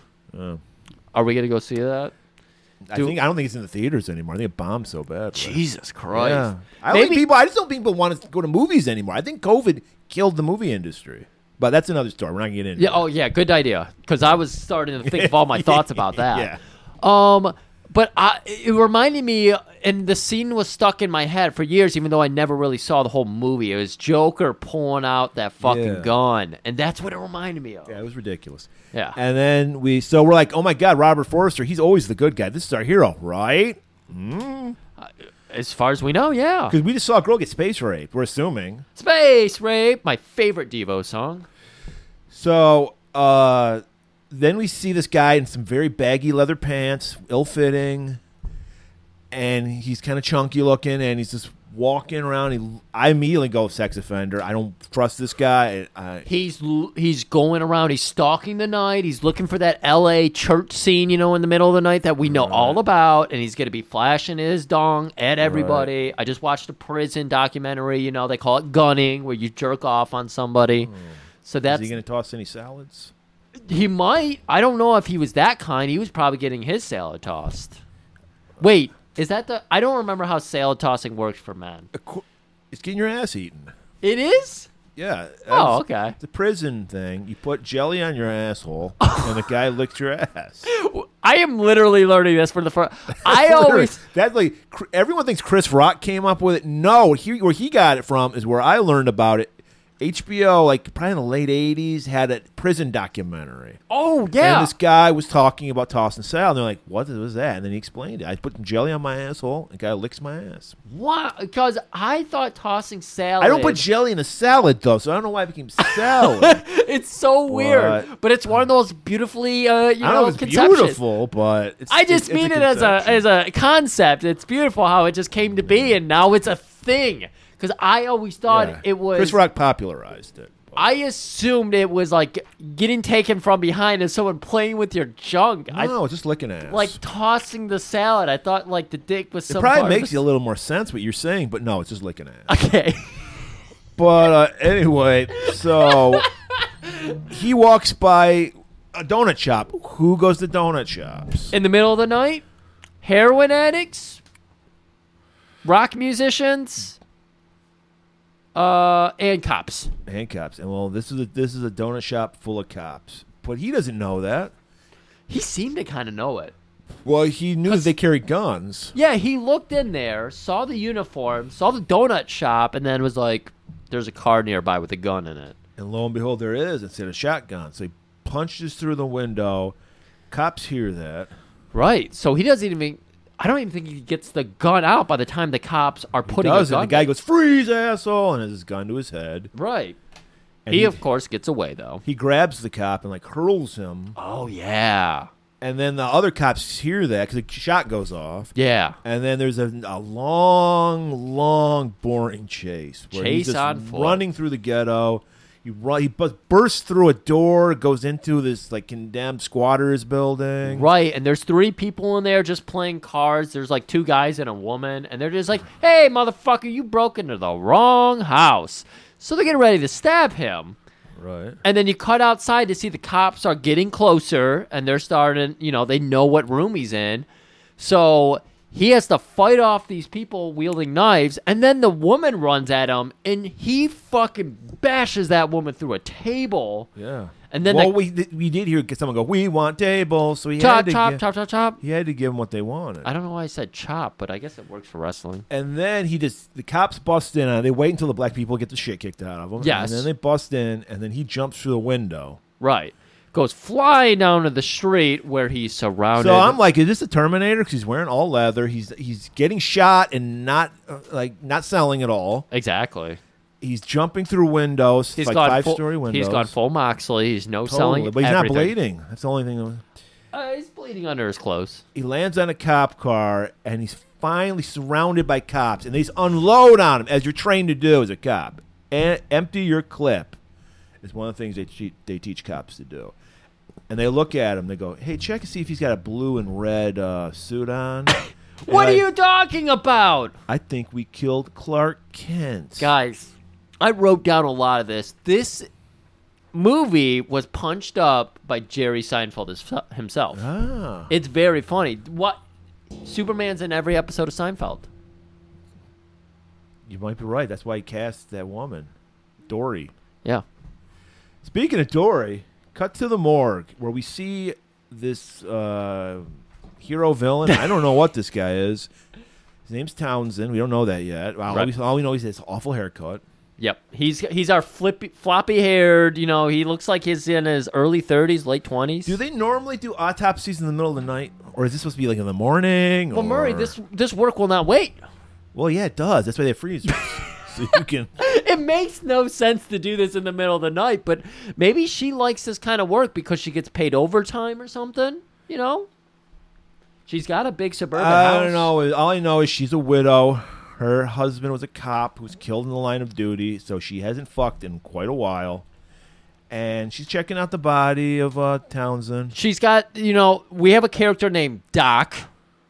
B: Are we gonna go see that?
A: I,
B: Dude.
A: think, I don't think it's in the theaters anymore. I think it bombed so bad. but-
B: Jesus Christ!
A: yeah. I don't
B: Maybe
A: think people. I just don't think people want to go to movies anymore. I think COVID killed the movie industry. But that's another story. We're not getting into.
B: Yeah.
A: it.
B: Oh, yeah. Good idea. Because I was starting to think of
A: [laughs]
B: all my thoughts about that.
A: Yeah.
B: Um, but I, it reminded me, and the scene was stuck in my head for years, even though I never really saw the whole movie. It was Joker pulling out that fucking
A: Yeah.
B: gun, and that's what it reminded me of.
A: Yeah, it was ridiculous.
B: Yeah.
A: And then we, so we're like, oh my God, Robert Forrester, he's always the good guy. This is our hero, right?
B: As far as we know, yeah.
A: Because we just saw a girl get space raped, we're assuming.
B: Space rape, my favorite Devo song.
A: So uh, then we see this guy in some very baggy leather pants, ill fitting, and he's kind of chunky looking, and he's just walking around. He, I immediately go, sex offender. I don't trust this guy. uh, I,
B: He's l- he's going around. He's stalking the night. He's looking for that L.A. church scene, you know, in the middle of the night that we know all about. And he's gonna be flashing his dong at everybody. I just watched a prison documentary. You know, they call it gunning, where you jerk off on somebody.
A: Hmm.
B: So
A: is
B: that's
A: he going to toss any salads?
B: he might. I don't know if he was that kind. He was probably getting his salad tossed. Wait, is that the? I don't remember how salad tossing works for men.
A: It's getting your ass eaten.
B: It is.
A: Yeah. that's-
B: Oh, okay.
A: The prison thing. You put jelly on your
B: [laughs]
A: asshole, and the guy licked your ass.
B: I am literally learning this for the
A: [laughs]
B: first. I always.
A: that like cr- everyone thinks Chris Rock came up with it. No, he, where he got it from is where I learned about it. HBO, like probably in the late '80s, had a prison documentary,
B: Oh yeah.
A: and this guy was talking about tossing salad. And they're like, "What was that?" And then he explained it. I put some jelly on my asshole. and The guy licks my ass.
B: Why? Because I thought tossing salad.
A: I don't put jelly in a salad though, so I don't know why it became salad.
B: it's so weird,
A: What?
B: but it's one of those beautifully, uh, [laughs] you
A: I don't
B: know,
A: know if it's
B: conceptions.
A: beautiful, but it's,
B: I
A: it's-
B: just
A: it's
B: mean it as a
A: conception. Mm-hmm.
B: as a concept. It's beautiful how it just came to be, and now it's a thing. Because I always thought
A: Yeah.
B: it was.
A: Chris Rock popularized it.
B: I assumed it was like getting taken from behind and someone playing with your junk. I
A: No, Oh, just looking at
B: like tossing the salad. I thought like the dick was.
A: It
B: some
A: probably
B: part of
A: makes
B: the-
A: you a little more sense what you're saying, but no, it's just licking
B: [laughs]
A: ass.
B: Okay.
A: But uh, anyway, so he walks by a donut shop. Who goes to donut shops?
B: in the middle of the night, heroin addicts, rock musicians, uh, and cops.
A: and cops. And well, this is a, this is a donut shop full of cops. But he doesn't know that.
B: He seemed to kind of know it.
A: Well, he knew that they carry guns.
B: Yeah, he looked in there, saw the uniform, saw the donut shop, and then was like, "There's a car nearby with a gun in it."
A: And lo and behold, there is instead a shotgun. So he punches through the window. Cops hear that.
B: Right. So he doesn't even. I don't even think he gets the gun out by the time the cops are putting
A: Does
B: a
A: it.
B: gun.
A: The guy goes, freeze, asshole, and has his gun to his head.
B: right.
A: And
B: He of course gets away though.
A: he grabs the cop and like hurls him.
B: Oh yeah,
A: And then the other cops hear that because the shot goes off.
B: yeah.
A: And then there's a, a long, long, boring chase. Where
B: Chase
A: he's just
B: on foot.
A: running through the ghetto. He run, he bu- bursts through a door, goes into this like condemned squatters building.
B: Right, and there's three people in there just playing cards. There's like two guys and a woman, and they're just like, "Hey, motherfucker, you broke into the wrong house." So they're getting ready to stab him,
A: Right.
B: and then you cut outside to see the cops are getting closer, and they're starting. You know, they know what room he's in, so he has to fight off these people wielding knives, and then the woman runs at him, and he fucking bashes that woman through a table.
A: Yeah.
B: And then
A: well,
B: the-
A: we did- we did hear someone go, "We want tables," so he
B: Chop,
A: had to
B: chop,
A: gi-
B: chop, chop, chop.
A: he had to give them what they wanted.
B: I don't know why I said chop, but I guess it works for wrestling.
A: and then he just the cops bust in. on it. They wait until the black people get the shit kicked out of them.
B: Yes.
A: And then they bust in, and then he jumps through the window.
B: Right. Goes flying down to the street where he's surrounded.
A: So I'm like, is this a Terminator? Because he's wearing all leather. He's he's getting shot and not uh, like not selling at all.
B: exactly.
A: He's jumping through windows,
B: He's
A: like
B: gone
A: five
B: full,
A: story windows.
B: He's gone full Moxley. He's no
A: Totally,
B: selling.
A: but he's
B: everything.
A: not bleeding. That's the only thing.
B: Uh, he's bleeding under his clothes.
A: He lands on a cop car and he's finally surrounded by cops, and they just unload on him as you're trained to do as a cop. And empty your clip is one of the things they te- they teach cops to do. And they look at him. They go, "Hey, check and see if he's got a blue and red uh, suit on." And
B: [coughs] What are
A: like-
B: you talking about?
A: I think we killed Clark Kent.
B: Guys, I wrote down a lot of this. This movie was punched up by Jerry Seinfeld his- himself.
A: Ah,
B: It's very funny. What? Superman's in every episode of Seinfeld.
A: you might be right. That's why he cast that woman, Dory.
B: Yeah.
A: Speaking of Dory, cut to the morgue where we see this uh, hero villain. I don't know what this guy is. His name's Townsend. We don't know that yet. All,
B: Right.
A: we, all we know is this awful haircut.
B: Yep, he's he's our flippy, floppy haired. You know, he looks like he's in his early thirties, late twenties.
A: Do they normally do autopsies in the middle of the night, or is this supposed to be like in the morning?
B: Well, Murray,
A: or-
B: this this work will not wait.
A: Well, yeah, it does. That's why they freeze. so you can.
B: [laughs] It makes no sense to do this in the middle of the night, but maybe she likes this kind of work because she gets paid overtime or something. You know, she's got a big suburban house.
A: I don't know. All I know is she's a widow. Her husband was a cop who was killed in the line of duty, so she hasn't fucked in quite a while. And she's checking out the body of uh, Townsend.
B: She's got you know we have a character named Doc,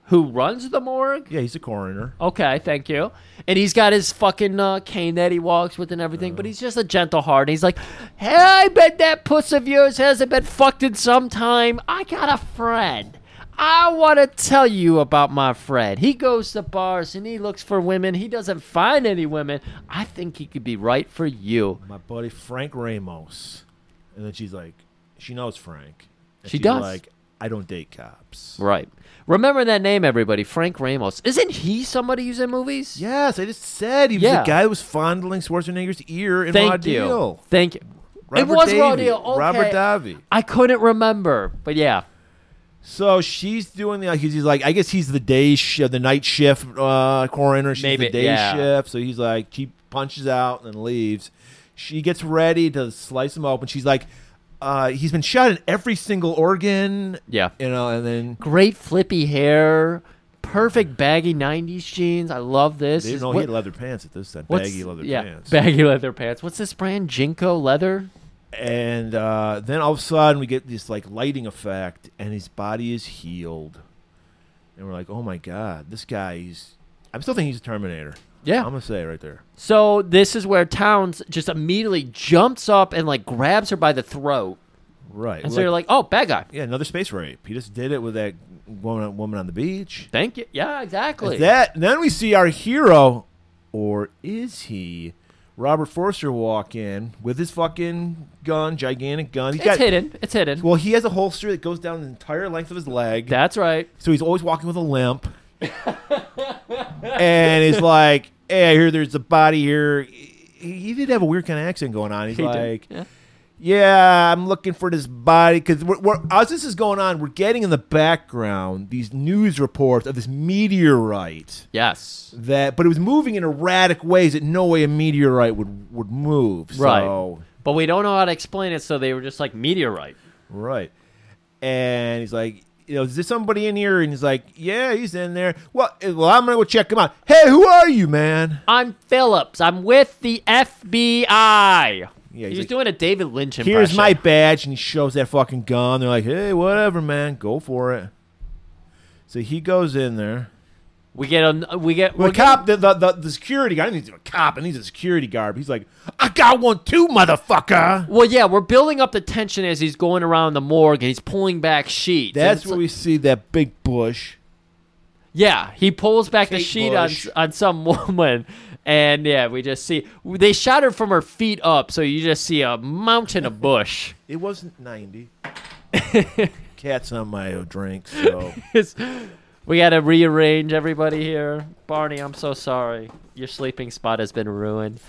B: who runs the morgue.
A: Yeah, he's a coroner.
B: Okay, thank you. And he's got his fucking uh, cane that he walks with and everything,
A: Oh.
B: but he's just a gentle heart. He's like, hey, I bet that puss of yours hasn't been fucked in some time. I got a friend. I want to tell you about my friend. He goes to bars and he looks for women. He doesn't find any women. I think he could be right for you.
A: My buddy Frank Ramos. And then she's like, she knows Frank. And
B: She
A: she's
B: does.
A: Like, I don't date cops.
B: Right. Remember that name, everybody. Frank Ramos. Isn't he somebody who's in movies?
A: Yes, I just said he was
B: Yeah.
A: the guy who was fondling Schwarzenegger's ear in Raw
B: Thank you.
A: Deal.
B: Thank you.
A: Robert
B: it was Raw
A: Davey.
B: Deal. Okay.
A: Robert Davi.
B: I couldn't remember, but yeah.
A: So she's doing the he's, he's like I guess he's the day shift, the night shift uh, coroner. She's
B: Maybe,
A: the day
B: yeah.
A: shift. So he's like she punches out and leaves. She gets ready to slice him open. She's like, uh, he's been shot in every single organ.
B: Yeah.
A: you know, and then
B: Great flippy hair, perfect baggy '90s jeans. I love this.
A: they
B: Is-
A: didn't know he
B: what-
A: had leather pants at this time.
B: what's-
A: Baggy leather
B: yeah,
A: pants.
B: Baggy leather pants. What's this brand? Jinko leather.
A: and uh, then all of a sudden we get this like lighting effect, and his body is healed. And we're like, oh my god, this guy. He's I'm still thinking he's a Terminator.
B: Yeah.
A: I'm gonna say it right there.
B: So this is where Towns just immediately jumps up and like grabs her by the throat,
A: Right.
B: And so
A: like-
B: you're like, oh, bad guy.
A: yeah, another space rape. He just did it with that woman, woman on the beach.
B: Thank you. Yeah, exactly.
A: That then we see our hero, or is he? Robert Forster walk in with his fucking gun, gigantic gun. He's
B: it's hidden. It's hidden.
A: Well, he has a holster that goes down the entire length of his leg.
B: That's right.
A: So he's always walking with a limp. and he's like, hey, I hear there's a body here. He, he did have a weird kind of accent going on. He's
B: He did.
A: like,
B: Yeah.
A: yeah, I'm looking for this body. Because as this is going on, we're getting in the background these news reports of this meteorite.
B: Yes.
A: That, but it was moving in erratic ways that no way a meteorite would, would move. So,
B: Right. But we don't know how to explain it, so they were just like meteorite.
A: Right. And he's like, you know, is there somebody in here? And he's like, yeah, he's in there. Well, eh, well, I'm gonna go check him out. Hey, who are you, man?
B: I'm Phillips. I'm with the FBI.
A: Yeah, he's
B: he's
A: like,
B: doing a David Lynch impression.
A: Here's my badge, and he shows that fucking gun. They're like, hey, whatever, man, go for it. So he goes in there.
B: We get on. We get.
A: Well,
B: we're
A: the cop, the, the, the, the security guy. I didn't think he's a cop, and he's a security guard. He's like, I got one too, motherfucker.
B: getting- well, yeah, we're building up the tension as he's going around the morgue and he's pulling back sheets. And
A: That's
B: it's
A: where
B: like-
A: we see that big bush.
B: Yeah, he pulls back the
A: Kate
B: sheet
A: Bush.
B: on on some [laughs] woman, and yeah, we just see they shot her from her feet up, so you just see a mountain of bush. [laughs]
A: It wasn't ninety. [laughs] Cat's on my drink, so.
B: It's- we got to rearrange everybody here. Barney, I'm so sorry. Your sleeping spot has been ruined.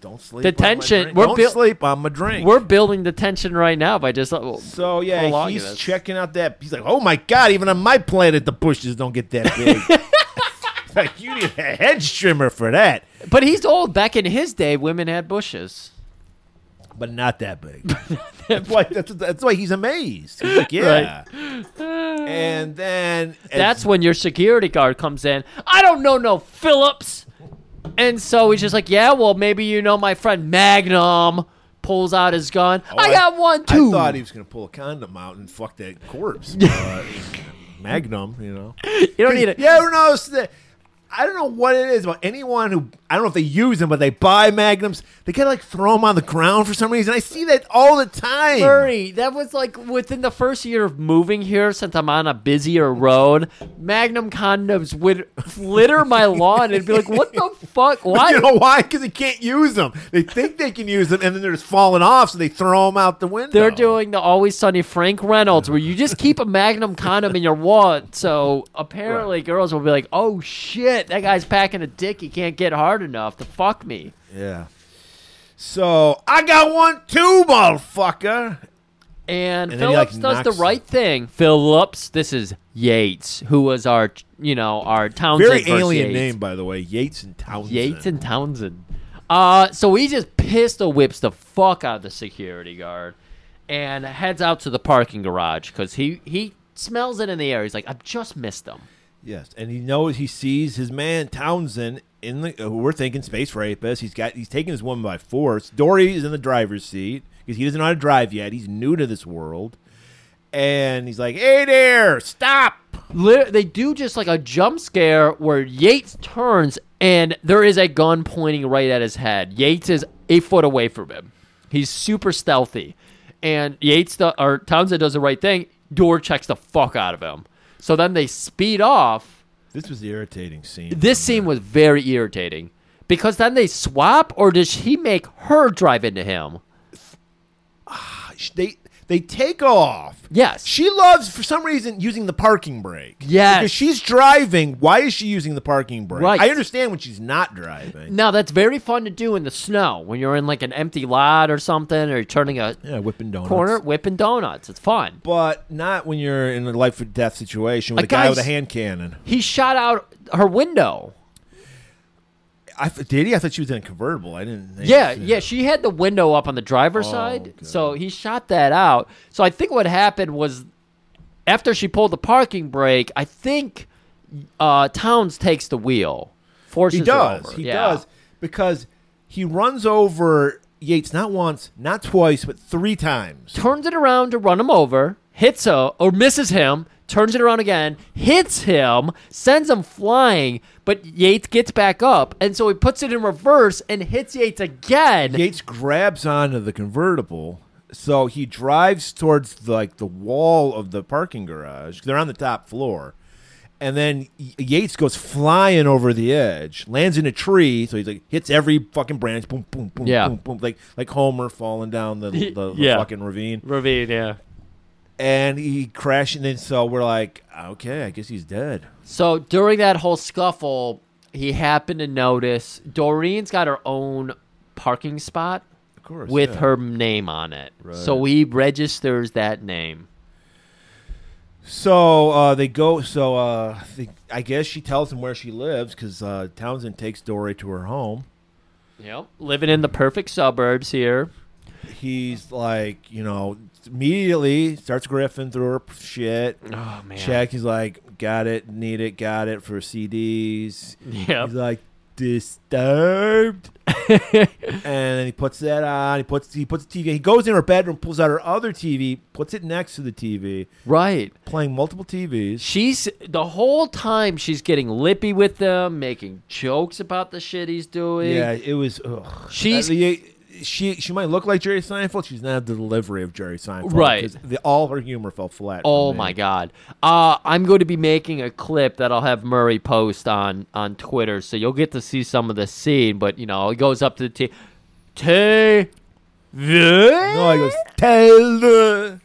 A: Don't sleep.
B: The
A: on my
B: tension-
A: drink.
B: we're
A: Don't
B: buil-
A: sleep on my drink.
B: We're building the tension right now by just
A: so
B: Full
A: yeah,
B: on
A: he's
B: this.
A: checking out that. He's like, oh my god, even on my planet the bushes don't get that
B: [laughs]
A: big. It's like you need a hedge trimmer for that,
B: But he's old. Back in his day, women had bushes.
A: but not that
B: [laughs]
A: big. [laughs] that's why. That's, that's why he's amazed. He's like, yeah. And then as-
B: That's when your security guard comes in. I don't know no Phillips. And so he's just like, yeah, well, maybe you know my friend Magnum pulls out his gun.
A: Oh,
B: I got one
A: I
B: too.
A: thought he was gonna pull a condom out and fuck that
B: [laughs]
A: corpse. but Magnum, you know.
B: you don't need
A: [laughs]
B: it.
A: Yeah, who knows? The- I don't know what it is about anyone who I don't know if they use them, but they buy magnums. They kind of like throw them on the ground for some reason. I see that all the time.
B: Murray, that was like within the first year of moving here, since I'm on a busier road, Magnum condoms would [laughs] litter my lawn and be like, what the
A: [laughs]
B: fuck?
A: [laughs]
B: Why?
A: You know why? Because they can't use them. They think they can use them, and then they're just falling off, so they throw them out the window.
B: They're doing the Always Sunny Frank Reynolds, where you just keep a Magnum condom in your wallet. So apparently, girls will be like, "Oh shit, that guy's packing a dick. He can't get hard enough to fuck me."
A: Yeah. So I got one too, motherfucker.
B: And,
A: And then he, like,
B: Phillips does the
A: knocks-
B: right thing. Phillips, this is Yates, who was our, you know, our Townsend.
A: Very
B: versus
A: alien
B: Yates.
A: name, by the way. Yates and Townsend.
B: Yates and Townsend. Uh, so he just pistol whips the fuck out of the security guard and heads out to the parking garage because he he smells it in the air. He's like, "I've just missed him."
A: Yes, and he knows he sees his man Townsend in the who we're thinking space rapist. He's got he's taking his woman by force. Dory is in the driver's seat because he doesn't know how to drive yet. He's new to this world, and he's like, "Hey there, stop!"
B: Lit- they do just like a jump scare where Yates turns and there is a gun pointing right at his head. Yates is a foot away from him. He's super stealthy, and Yates do- or Townsend does the right thing. Door checks the fuck out of him. So then they speed off.
A: This was the irritating scene.
B: This scene was very irritating because then they swap, or does he make her drive into him?
A: they they take off.
B: Yes.
A: She loves for some reason using the parking brake.
B: Yes.
A: because she's driving. Why is she using the parking brake?
B: Right.
A: I understand when she's not driving.
B: Now that's very fun to do in the snow when you're in like an empty lot or something, or you're turning a
A: Yeah, whipping donuts.
B: corner whipping donuts. It's fun.
A: But not when you're in a life or death situation with a
B: A
A: guy with a
B: guy's-
A: hand cannon.
B: He shot out her window.
A: I f- did he? I thought she was in a convertible. I didn't. I
B: Yeah,
A: didn't see
B: yeah.
A: it.
B: She had the window up on the driver's side,
A: Oh, okay.
B: so he shot that out. So I think what happened was after she pulled the parking brake, I think uh, Towns takes the wheel.
A: He
B: Forces her
A: does.
B: over.
A: He
B: Yeah.
A: does because he runs over Yates not once, not twice, but three times.
B: Turns it around to run him over, hits her or misses him. Turns it around again, hits him, sends him flying, but Yates gets back up, and so he puts it in reverse and hits Yates again.
A: Yates grabs onto the convertible So he drives towards like the wall of the parking garage. They're on the top floor. And then Y- Yates goes flying over the edge, lands in a tree. So he's like hits every fucking branch, boom, boom, boom,
B: Yeah.
A: boom, boom, like like Homer falling down the the, the
B: Yeah.
A: fucking ravine.
B: Ravine, yeah.
A: And he crashed. And then so we're like, okay, I guess he's dead.
B: So during that whole scuffle, he happened to notice Doreen's got her own parking spot
A: Of course,
B: with
A: yeah.
B: her name on it. So he registers that name.
A: So uh, they go. So uh, they, I guess she tells him where she lives because uh, Townsend takes Dory to her home.
B: Yep. Living in the perfect suburbs here.
A: He's like, you know, immediately starts griffing through her shit.
B: Oh man.
A: Check. He's like, got it, need it, got it for CDs.
B: Yep.
A: He's like
B: [laughs]
A: disturbed, and then he puts that on. He puts he puts the TV. He goes in her bedroom, pulls out her other TV, puts it next to the TV,
B: Right.
A: playing multiple TVs.
B: She's the whole time she's getting lippy with them, making jokes about the shit he's doing.
A: Yeah, it was. Ugh.
B: She's-
A: Uh, the- she she might look like Jerry Seinfeld. She's not the delivery of Jerry Seinfeld.
B: Right.
A: 'cause The, all her humor fell flat. for
B: Oh
A: me.
B: my god. Uh, I'm going to be making a clip that I'll have Murray post on on Twitter, so you'll get to see some of the scene. But you know, it goes up to the T. T.
A: No, he goes television.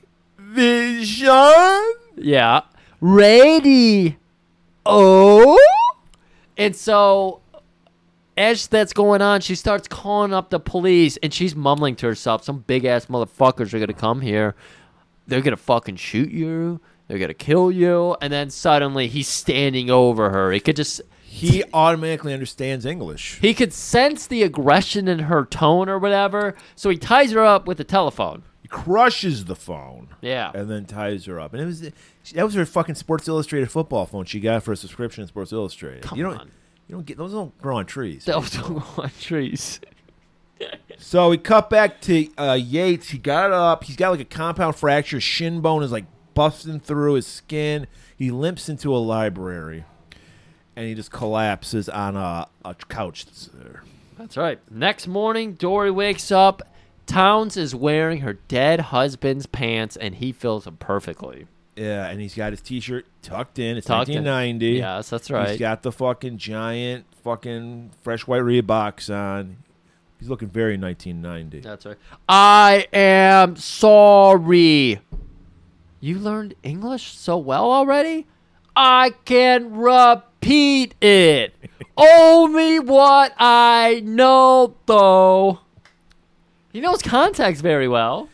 B: Yeah. Ready. Oh. And so as that's going on, she starts calling up the police and she's mumbling to herself, some big ass motherfuckers are going to come here. They're going to fucking shoot you. They're going to kill you. And then suddenly he's standing over her. It could just
A: He automatically understands English.
B: he could sense the aggression in her tone or whatever. So he ties her up with the telephone.
A: He crushes the phone.
B: Yeah.
A: And then ties her up. And it was that was her fucking Sports Illustrated football phone she got for a subscription to Sports Illustrated.
B: Come
A: you don't
B: on.
A: you don't get those don't grow on trees.
B: That [laughs] was on trees.
A: So we cut back to uh, Yates. He got up. He's got like a compound fracture. His Shin bone is like busting through his skin. He limps into a library, and he just collapses on a, a couch that's there.
B: That's right. Next morning, Dory wakes up. Towns is wearing her dead husband's pants, and he fills them perfectly.
A: Yeah, and he's got his T-shirt tucked in. It's
B: Tucked in.
A: 1990.
B: Yes, that's right.
A: He's got the fucking giant fucking fresh white Reeboks on. He's looking very 1990.
B: That's right. I am sorry. You learned English so well already? I can repeat it. Only what I know, though. He knows context very well.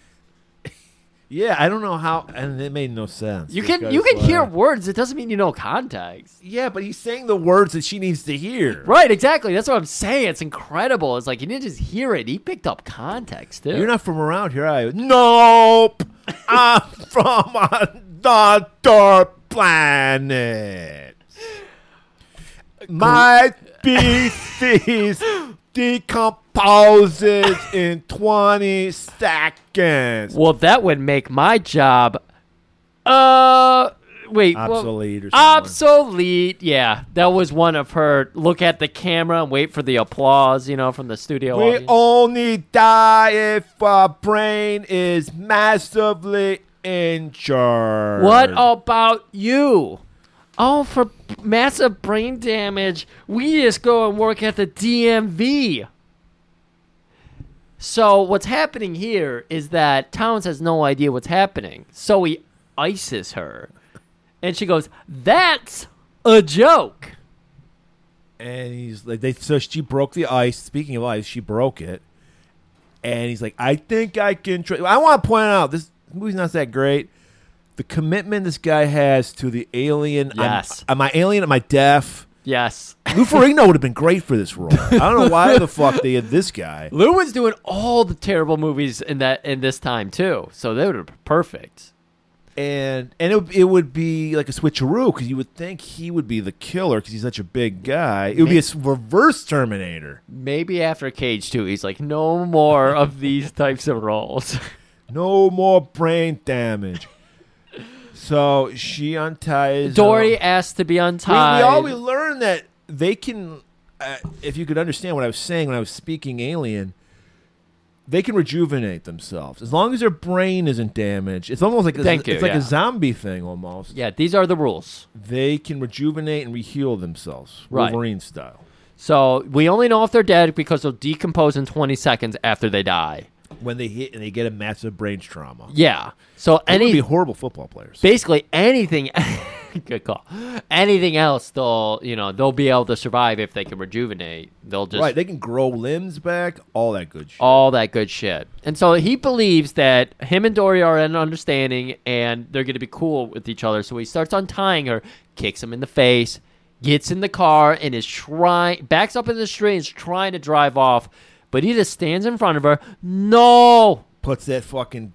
A: Yeah, I don't know how, and it made no sense.
B: You can
A: because,
B: you can
A: like-
B: hear words. It doesn't mean you know context.
A: Yeah, but he's saying the words that she needs to hear.
B: Right, exactly. That's what I'm saying. It's incredible. It's like he didn't just hear it; he picked up context too.
A: You're not from around here, are you?
B: [laughs]
A: Nope. I'm from another planet. My species decomposes in 20 seconds.
B: well, that would make my job. Uh, wait. well-
A: Obsolete or something.
B: Obsolete. Yeah, that was one of her. Look at the camera and wait for the applause. You know, from the studio.
A: We
B: audience.
A: only die if our brain is massively injured.
B: what about you? Oh, for massive brain damage, we just go and work at the DMV. So what's happening here is that Towns has no idea what's happening. So he ices her. And she goes, That's a joke.
A: and he's like they so she broke the ice speaking of ice she broke it and he's like i think i can try i want to point out this movie's not that great the commitment this guy has to the alien
B: Yes.
A: am, am i alien am i deaf
B: Yes.
A: Lou Ferrigno would have been great for this role. I don't know why the fuck they had this guy.
B: Lou was doing all the terrible movies in that in this time too. So they would have been perfect.
A: And and it, would- it would be like a switcheroo because you would think he would be the killer because he's such a big guy. It would be a s- reverse Terminator.
B: Maybe after Cage 2, he's like, no more of these types of roles. [laughs]
A: No more brain damage. [laughs] So she unties
B: Dory
A: um,
B: asked to be
A: we, we
B: untied.
A: always learn that they can. Uh, if you could understand what I was saying when I was speaking alien, they can rejuvenate themselves as long as their brain isn't damaged. It's almost like a,
B: Thank you,
A: it's like
B: yeah.
A: a zombie thing almost.
B: Yeah, these are the rules.
A: They can rejuvenate and reheal themselves,
B: Right.
A: Wolverine style.
B: So we only know if they're dead because they'll decompose in 20 seconds after they die.
A: When they hit and they get a massive brain trauma,
B: Yeah. So
A: they would
B: any
A: be horrible football players.
B: basically anything [laughs] good call. Anything else they'll, you know, they'll be able to survive if they can rejuvenate. They'll just
A: right, they can grow limbs back, all that good shit.
B: all that good shit. And so he believes that him and Dory are in understanding and they're going to be cool with each other. So he starts untying her, kicks him in the face, gets in the car, and is trying, backs up in the street, and is trying to drive off. But he just stands in front of her. No!
A: Puts that fucking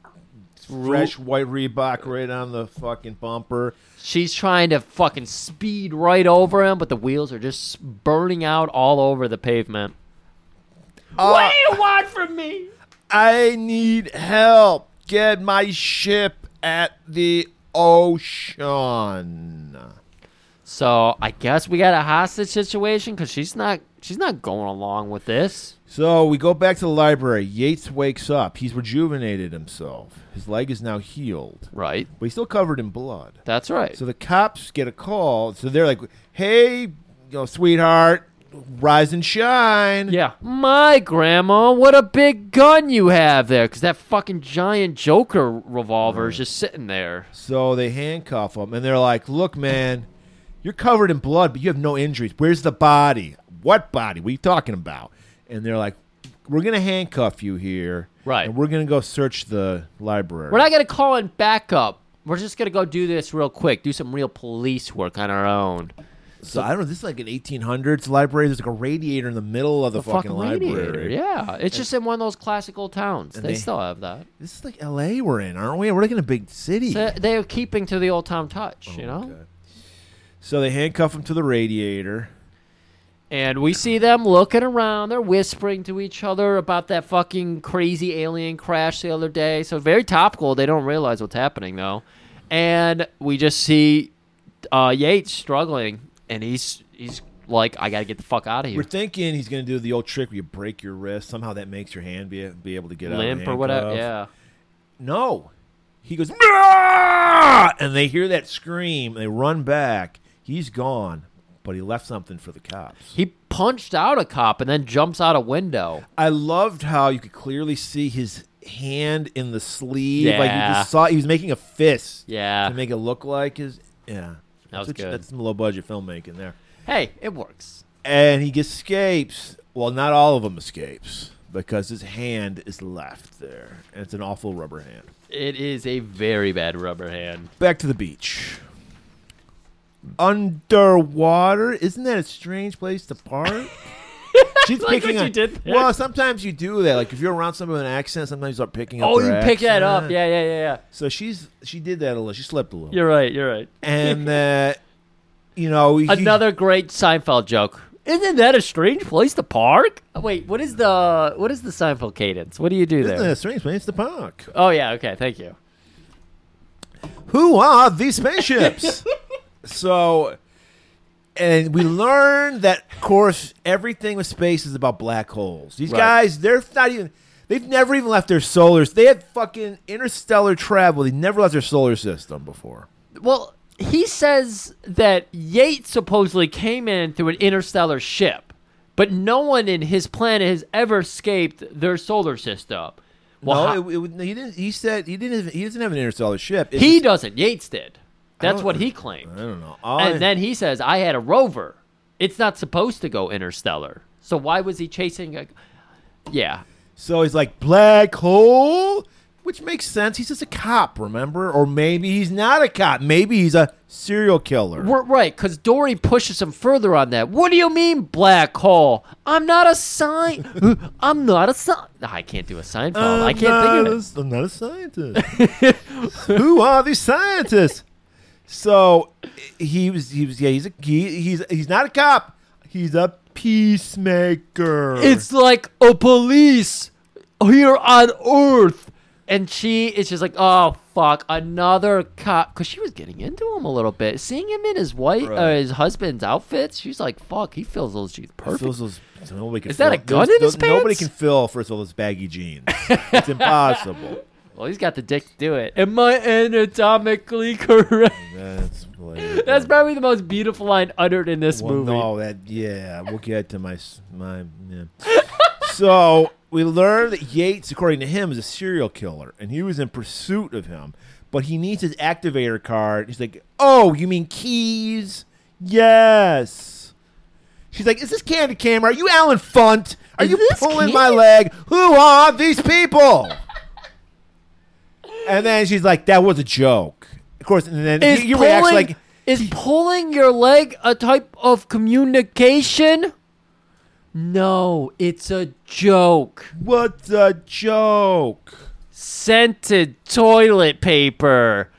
A: fresh white Reebok right on the fucking bumper.
B: She's trying to fucking speed right over him, but the wheels are just burning out all over the pavement. what do you want from me?
A: I need help. Get my ship at the ocean.
B: So I guess we got a hostage situation because she's not she's not going along with this.
A: So we go back to the library. Yates wakes up. He's rejuvenated himself. His leg is now healed,
B: Right.
A: but he's still covered in blood.
B: That's right.
A: So the cops get a call. So they're like, "Hey, you know, sweetheart, rise and shine."
B: yeah. My grandma, what a big gun you have there because that fucking giant Joker revolver is just sitting there.
A: So they handcuff him, and they're like, "Look, man, you're covered in blood, but you have no injuries. Where's the body? What body? What are you talking about?" And they're like, "We're gonna handcuff you here,
B: Right.
A: And we're gonna go search the library."
B: We're not going to call in backup. We're just going to go do this real quick, do some real police work on our own.
A: so I don't know. This is like an 1800s library. There's like a radiator in the middle of the, fucking,
B: radiator,
A: library.
B: Yeah. It's just in one of those classical towns. They,
A: they-
B: still have that.
A: This is like L.A. We're in, aren't we? We're like in a big city.
B: So they're keeping to the old town
A: Oh
B: touch, you know?
A: So they handcuff him to the radiator.
B: And we see them looking around. They're whispering to each other about that fucking crazy alien crash the other day. So very topical. They don't realize what's happening though. And we just see uh, Yates struggling, and he's he's like, "I gotta get the fuck out of
A: We're
B: here."
A: thinking he's going to do the old trick where you break your wrist. Somehow that makes your hand be, be able to get out of
B: Limp
A: the
B: or whatever.
A: handcuffs.
B: Yeah.
A: No. He goes, "Nah!" and they hear that scream and they run back. He's gone, but he left something for the cops.
B: He punched out a cop and then jumps out a window.
A: I loved how you could clearly see his hand in the sleeve. Like you
B: Yeah.
A: just saw he was making a fist.
B: Yeah.
A: To make it look like his yeah.
B: That
A: that's,
B: was
A: what you-
B: good.
A: that's some low budget filmmaking there.
B: Hey, it works.
A: And he escapes. Well, not all of them escapes because his hand is left there. And it's an awful rubber hand.
B: It is a very bad rubber hand.
A: Back to the beach. Underwater? Isn't that a strange place to
B: [laughs]
A: park? She's
B: Like what
A: on,
B: you did there.
A: Well, sometimes you do that. Like if you're around someone with an accent, sometimes you start picking up.
B: Oh, you
A: their
B: picked that up.
A: accent.
B: Yeah, yeah, yeah, yeah.
A: So she's she did that a little. She slept a little.
B: You're right. You're right. [laughs]
A: and uh, you know he- [laughs]
B: Another great Seinfeld joke. Isn't that a strange place to park? Oh, Wait, what is the what is the Seinfeld cadence? What do you do
A: Isn't that
B: there?
A: a strange place to park?
B: Oh yeah, okay, thank you.
A: who are these
B: [laughs]
A: spaceships? so, and we learned that, of course, everything with space is about black holes. These
B: Right.
A: guys, they're not even, they've never even left their solar, they had fucking interstellar travel. They never left their solar system before.
B: Well, he says that Yates supposedly came in through an interstellar ship, but no one in his planet has ever escaped their solar system. Well, ho-
A: no, it, it, would- he didn't. He said he didn't. Have, he doesn't have an interstellar ship. It's
B: he
A: just-
B: doesn't. Yates did. That's
A: don't-
B: what he
A: I
B: claimed.
A: don't know. All I-
B: And then he says, "I had a rover. It's not supposed to go interstellar. So why was he chasing a?" Yeah,
A: So he's like, black hole? Which makes sense. He's just a cop, remember? Or maybe he's not a cop. Maybe he's a serial killer.
B: We're, right, because Dory pushes him further on that. What do you mean, black hole? I'm not a sign. [laughs] I'm not a sign. I can't do a Seinfeld. I can't think of it.
A: a, I'm not a scientist. Who are these scientists? So he was. He was. Yeah, he's a. He, he's. He's not a cop. He's a peacemaker.
B: It's like a police here on Earth. And she is just like, oh fuck, another cop, because she was getting into him a little bit. Seeing him in his white, uh,
A: Right.
B: his husband's outfits, she's like, fuck, he fills those shoes perfect.
A: Feels those, nobody can
B: Is that
A: fill-
B: a gun
A: those-
B: in his
A: those- Nobody
B: pants?
A: can fill, first of all, those baggy jeans. it's
B: [laughs]
A: impossible.
B: well, he's got the dick to do it. Am I anatomically [laughs] correct?
A: That's,
B: That's probably the most beautiful line uttered in this
A: Well,
B: movie.
A: No, that yeah, we'll get to my s- my. Yeah. [laughs] so we learn that Yates, according to him, is a serial killer, and he was in pursuit of him. But he needs his activator card. He's like, "Oh, you mean keys? Yes." She's like, "Is this candy camera? Are you Alan Funt? Are
B: Is
A: you
B: this
A: pulling
B: Candy-
A: my leg? Who are these people?" and then she's like, "That was a joke." Of course, and then
B: Is
A: he, he
B: pulling,
A: reacts like,
B: is pulling your leg a type of communication? No, it's a joke.
A: "What a joke."
B: Scented toilet paper.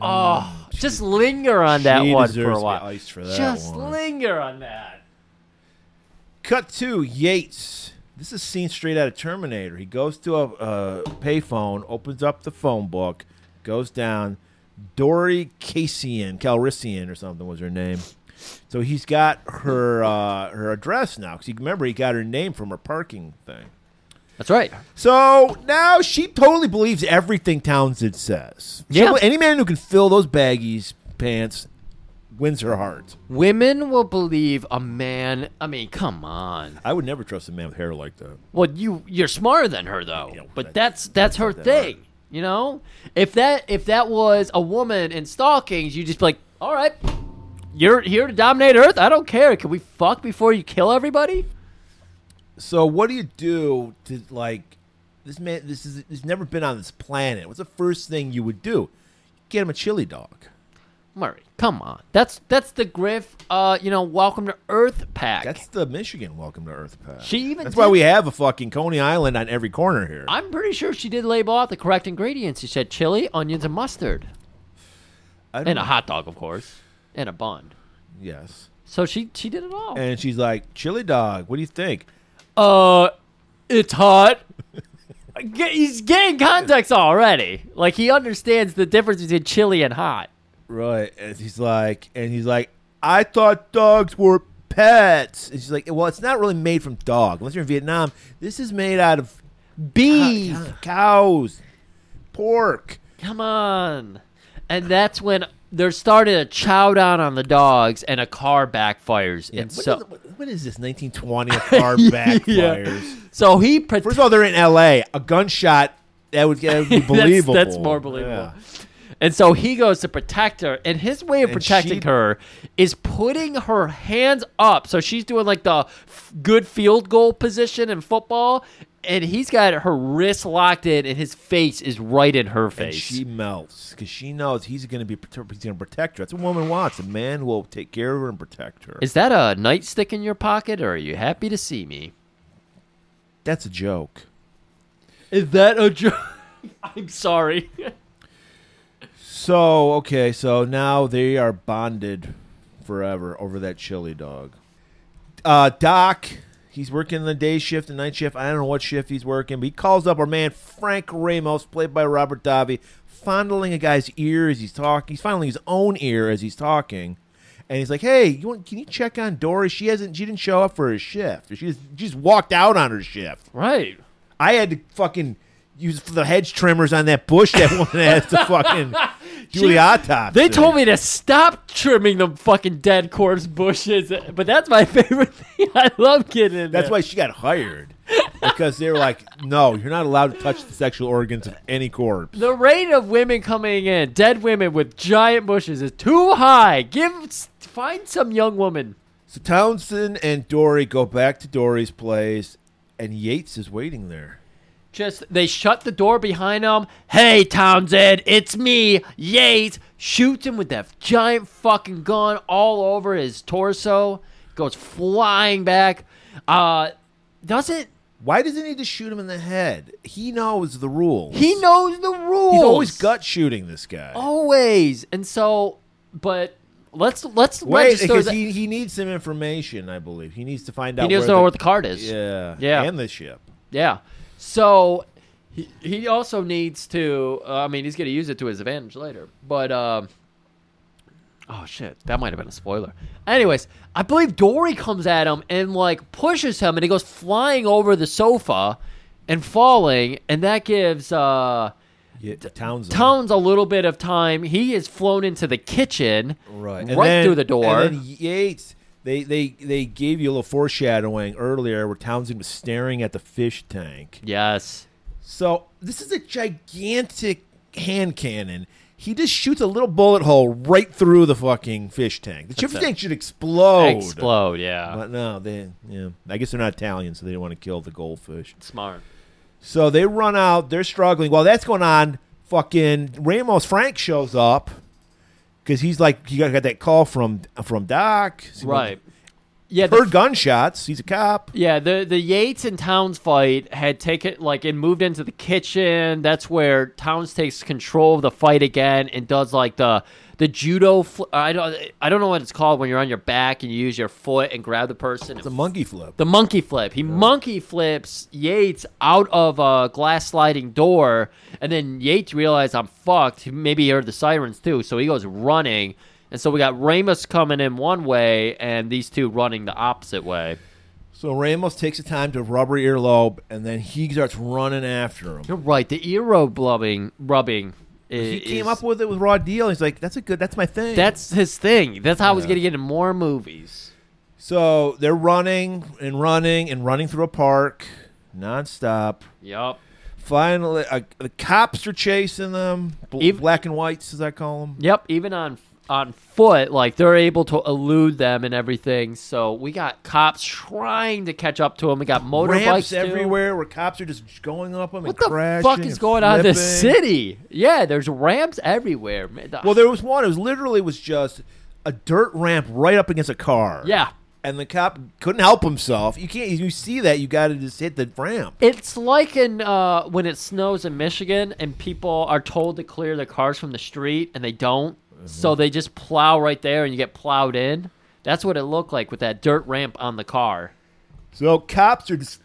B: Oh, just linger on that
A: Mm. She
B: one for
A: deserves
B: a
A: to be
B: while.
A: iced for that
B: Just
A: one.
B: linger on that.
A: Cut to Yates. This is seen straight out of Terminator. He goes to a uh, payphone, opens up the phone book, goes down. Dory Casian, Calrissian or something was her name. So he's got her uh, her address now because remember he got her name from her parking thing.
B: That's right.
A: So now she totally believes everything Townsend says.
B: Yeah.
A: Someone- any man who can fill those baggies pants wins her heart.
B: Women will believe a man. I mean, come on.
A: I would never trust a man with hair like that.
B: Well, you you're smarter than her though.
A: Yeah,
B: but
A: that-
B: that's that's her
A: that
B: thing.
A: hard.
B: You know, if that if that was a woman in stockings, you would just be like, all right, you're here to dominate Earth. I don't care. Can we fuck before you kill everybody?
A: So what do you do to like this man? This is he's never been on this planet. What's the first thing you would do? Get him a chili dog.
B: Murray, come on. That's that's the Griff. Uh, you know, welcome to Earth pack.
A: That's the Michigan Welcome to Earth pack.
B: She even
A: That's
B: did-
A: why we have a fucking Coney Island on every corner here.
B: I'm pretty sure she did label out the correct ingredients. She said chili, onions, and mustard,
A: I don't-
B: and a hot dog, of course, and a bun.
A: yes.
B: So she she did it all.
A: And she's like, chili dog. What do you think?
B: uh, it's hot. Get- He's getting context already. Like he understands the difference between chili and hot.
A: Right. And he's like, and he's like, I thought dogs were pets. And she's like, well, it's not really made from dog. Unless you're in Vietnam, this is made out of
B: Beef.
A: cows, pork.
B: Come on. And that's when they're starting to chow down on the dogs, and a car backfires.
A: Yeah,
B: and
A: what
B: so,
A: is- what- what is this
B: [laughs]
A: 1920 a car backfires?
B: so he pret-
A: First of all, they're in L.A. A gunshot that would, that would be
B: [laughs] That's-
A: believable.
B: That's, more believable.
A: Yeah.
B: And so he goes to protect her, and his way of
A: And
B: protecting
A: she-
B: her is putting her hands up. So she's doing like the f- good field goal position in football, and he's got her wrist locked in, and his face is right in her
A: And
B: face.
A: she melts because she knows he's going to be prote- he's going to protect her. That's what a woman wants. A man who will take care of her and protect her.
B: is that a nightstick in your pocket, or are you happy to see me?
A: that's a joke.
B: Is that a joke? [laughs]
A: [laughs]
B: I'm sorry.
A: So okay, so now they are bonded forever over that chili dog. Uh, Doc, he's working the day shift and night shift. I don't know what shift he's working, but he calls up our man Frank Ramos, played by Robert Davi, fondling a guy's ear as he's talking. He's fondling his own ear as he's talking, and he's like, "Hey, you want? Can you check on Dory? She hasn't. She didn't show up for her shift. She just, she just walked out on her shift.
B: right.
A: I had to fucking." Use the hedge trimmers on that bush that [laughs] woman has to fucking do
B: [laughs] She-
A: the autopsy.
B: They told me to stop trimming the fucking dead corpse bushes, but that's my [laughs] favorite thing. I love getting in
A: That's
B: there.
A: why she got hired because they were like, "No, you're not allowed to touch the sexual organs of any corpse."
B: The rate of women coming in, dead women with giant bushes, is too high. Give, find some young woman.
A: So Townsend and Dory go back to Dory's place, and Yates is waiting there.
B: Just they shut the door behind them. Hey Townsend, it's me, Yates. Shoots him with that giant fucking gun all over his torso. Goes flying back. Uh, doesn't
A: Why doesn't he just shoot him in the head? He knows the rules.
B: he knows Oh, the rules?
A: He's always gut shooting this guy.
B: always. And so, but let's let's
A: Wait,
B: register
A: because
B: that-
A: he, he needs some information. I believe he needs to find out.
B: he needs
A: where
B: to know where the card is.
A: yeah
B: Yeah.
A: and the ship.
B: Yeah. So He, he also needs to. Uh, I mean, he's going to use it to his advantage later. But um, oh shit, that might have been a spoiler. Anyways, I believe Dory comes at him and like pushes him, and he goes flying over the sofa and falling, and that gives uh,
A: Yeah, Townsend.
B: Towns a little bit of time. He is flown into the kitchen,
A: right,
B: right
A: And then-
B: through the door.
A: And then Yates, they they they gave you a little foreshadowing earlier where Townsend was staring at the fish tank.
B: yes.
A: So this is a gigantic hand cannon. He just shoots a little bullet hole right through the fucking fish tank. The fish
B: it.
A: tank should explode.
B: Explode, yeah.
A: But no, they yeah. I guess they're not Italian, so they didn't want to kill the goldfish.
B: Smart.
A: So they run out. They're struggling. While that's going on, fucking Ramos Frank shows up because he's like he got, got that call from from Doc. So he
B: Right. Yeah, the
A: Heard gunshots. He's a cop.
B: Yeah, the the Yates and Towns fight had taken like it moved into the kitchen. That's where Towns takes control of the fight again and does like the the judo. Fl- I don't I don't know what it's called when you're on your back and you use your foot and grab the person.
A: It's a monkey flip.
B: the monkey flip. He monkey flips Yates out of a glass sliding door, and then Yates realized I'm fucked. He- Maybe he heard the sirens too, so he goes running. And so we got Ramus coming in one way, and these two running the opposite way.
A: So Ramos takes the time to rubber earlobe, and then he starts running after him.
B: You're right. The earlobe rubbing, rubbing. i-
A: He
B: Is,
A: came up with it with raw deal. He's like, "That's a good. That's my thing."
B: That's his thing. That's how he's gonna get in more movies.
A: so they're running and running and running through a park nonstop.
B: Yep.
A: Finally, uh, the cops are chasing them. Bl-
B: Ev-
A: black and whites, as I call them.
B: Yep. Even on on foot, like they're able to elude them and everything. So we got cops trying to catch up to him. We got motorbikes
A: ramps
B: too.
A: everywhere where cops are just going up them
B: What
A: and
B: the
A: crashing.
B: fuck is
A: and
B: going on in this
A: flipping.
B: city? Yeah, there's ramps everywhere. man. The-
A: Well, there was one. It was literally was just a dirt ramp right up against a car.
B: yeah.
A: and the cop couldn't help himself. You can't. You see that? You got to just hit the ramp.
B: It's like in uh, when it snows in Michigan and people are told to clear their cars from the street and they don't,
A: Mm-hmm.
B: so they just plow right there and you get plowed in. That's what it looked like with that dirt ramp on the car.
A: So cops are just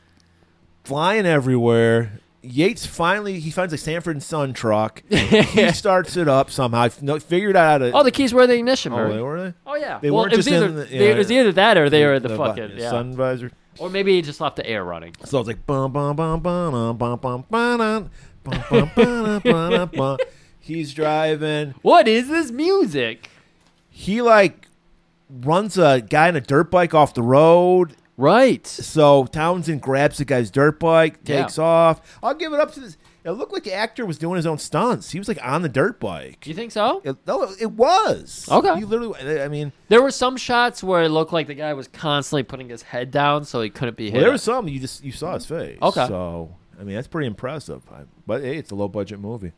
A: flying everywhere. Yates finally he finds a Sanford and Son
B: [laughs]
A: truck. he starts it up somehow. I f- no, figured out how to.
B: Oh, the keys were in the ignition.
A: Oh,
B: Murray.
A: they were they?
B: Oh, yeah.
A: They
B: well,
A: weren't
B: it was
A: just
B: either
A: in the-
B: they- it was
A: yeah.
B: either that or they were the, fucking
A: button,
B: yeah.
A: sun visor.
B: Or maybe he just left the air running.
A: So I was like, bum, bum, bum, bum, bum, bum, bum, bum, bum, bum, bum, bum. He's driving.
B: What is this music?
A: He like runs a guy on a dirt bike off the road.
B: Right.
A: So Townsend grabs the guy's dirt bike,
B: Yeah.
A: takes off. I'll give it up to this. It looked like the actor was doing his own stunts. He was like on the dirt bike.
B: Do you think so?
A: It, no, it was.
B: Okay.
A: He literally, I mean,
B: There were some shots where it looked like the guy was constantly putting his head down so he couldn't be hit.
A: well, there was some you just you saw his face.
B: Okay.
A: So I mean that's pretty impressive. I, but hey, it's a low budget movie.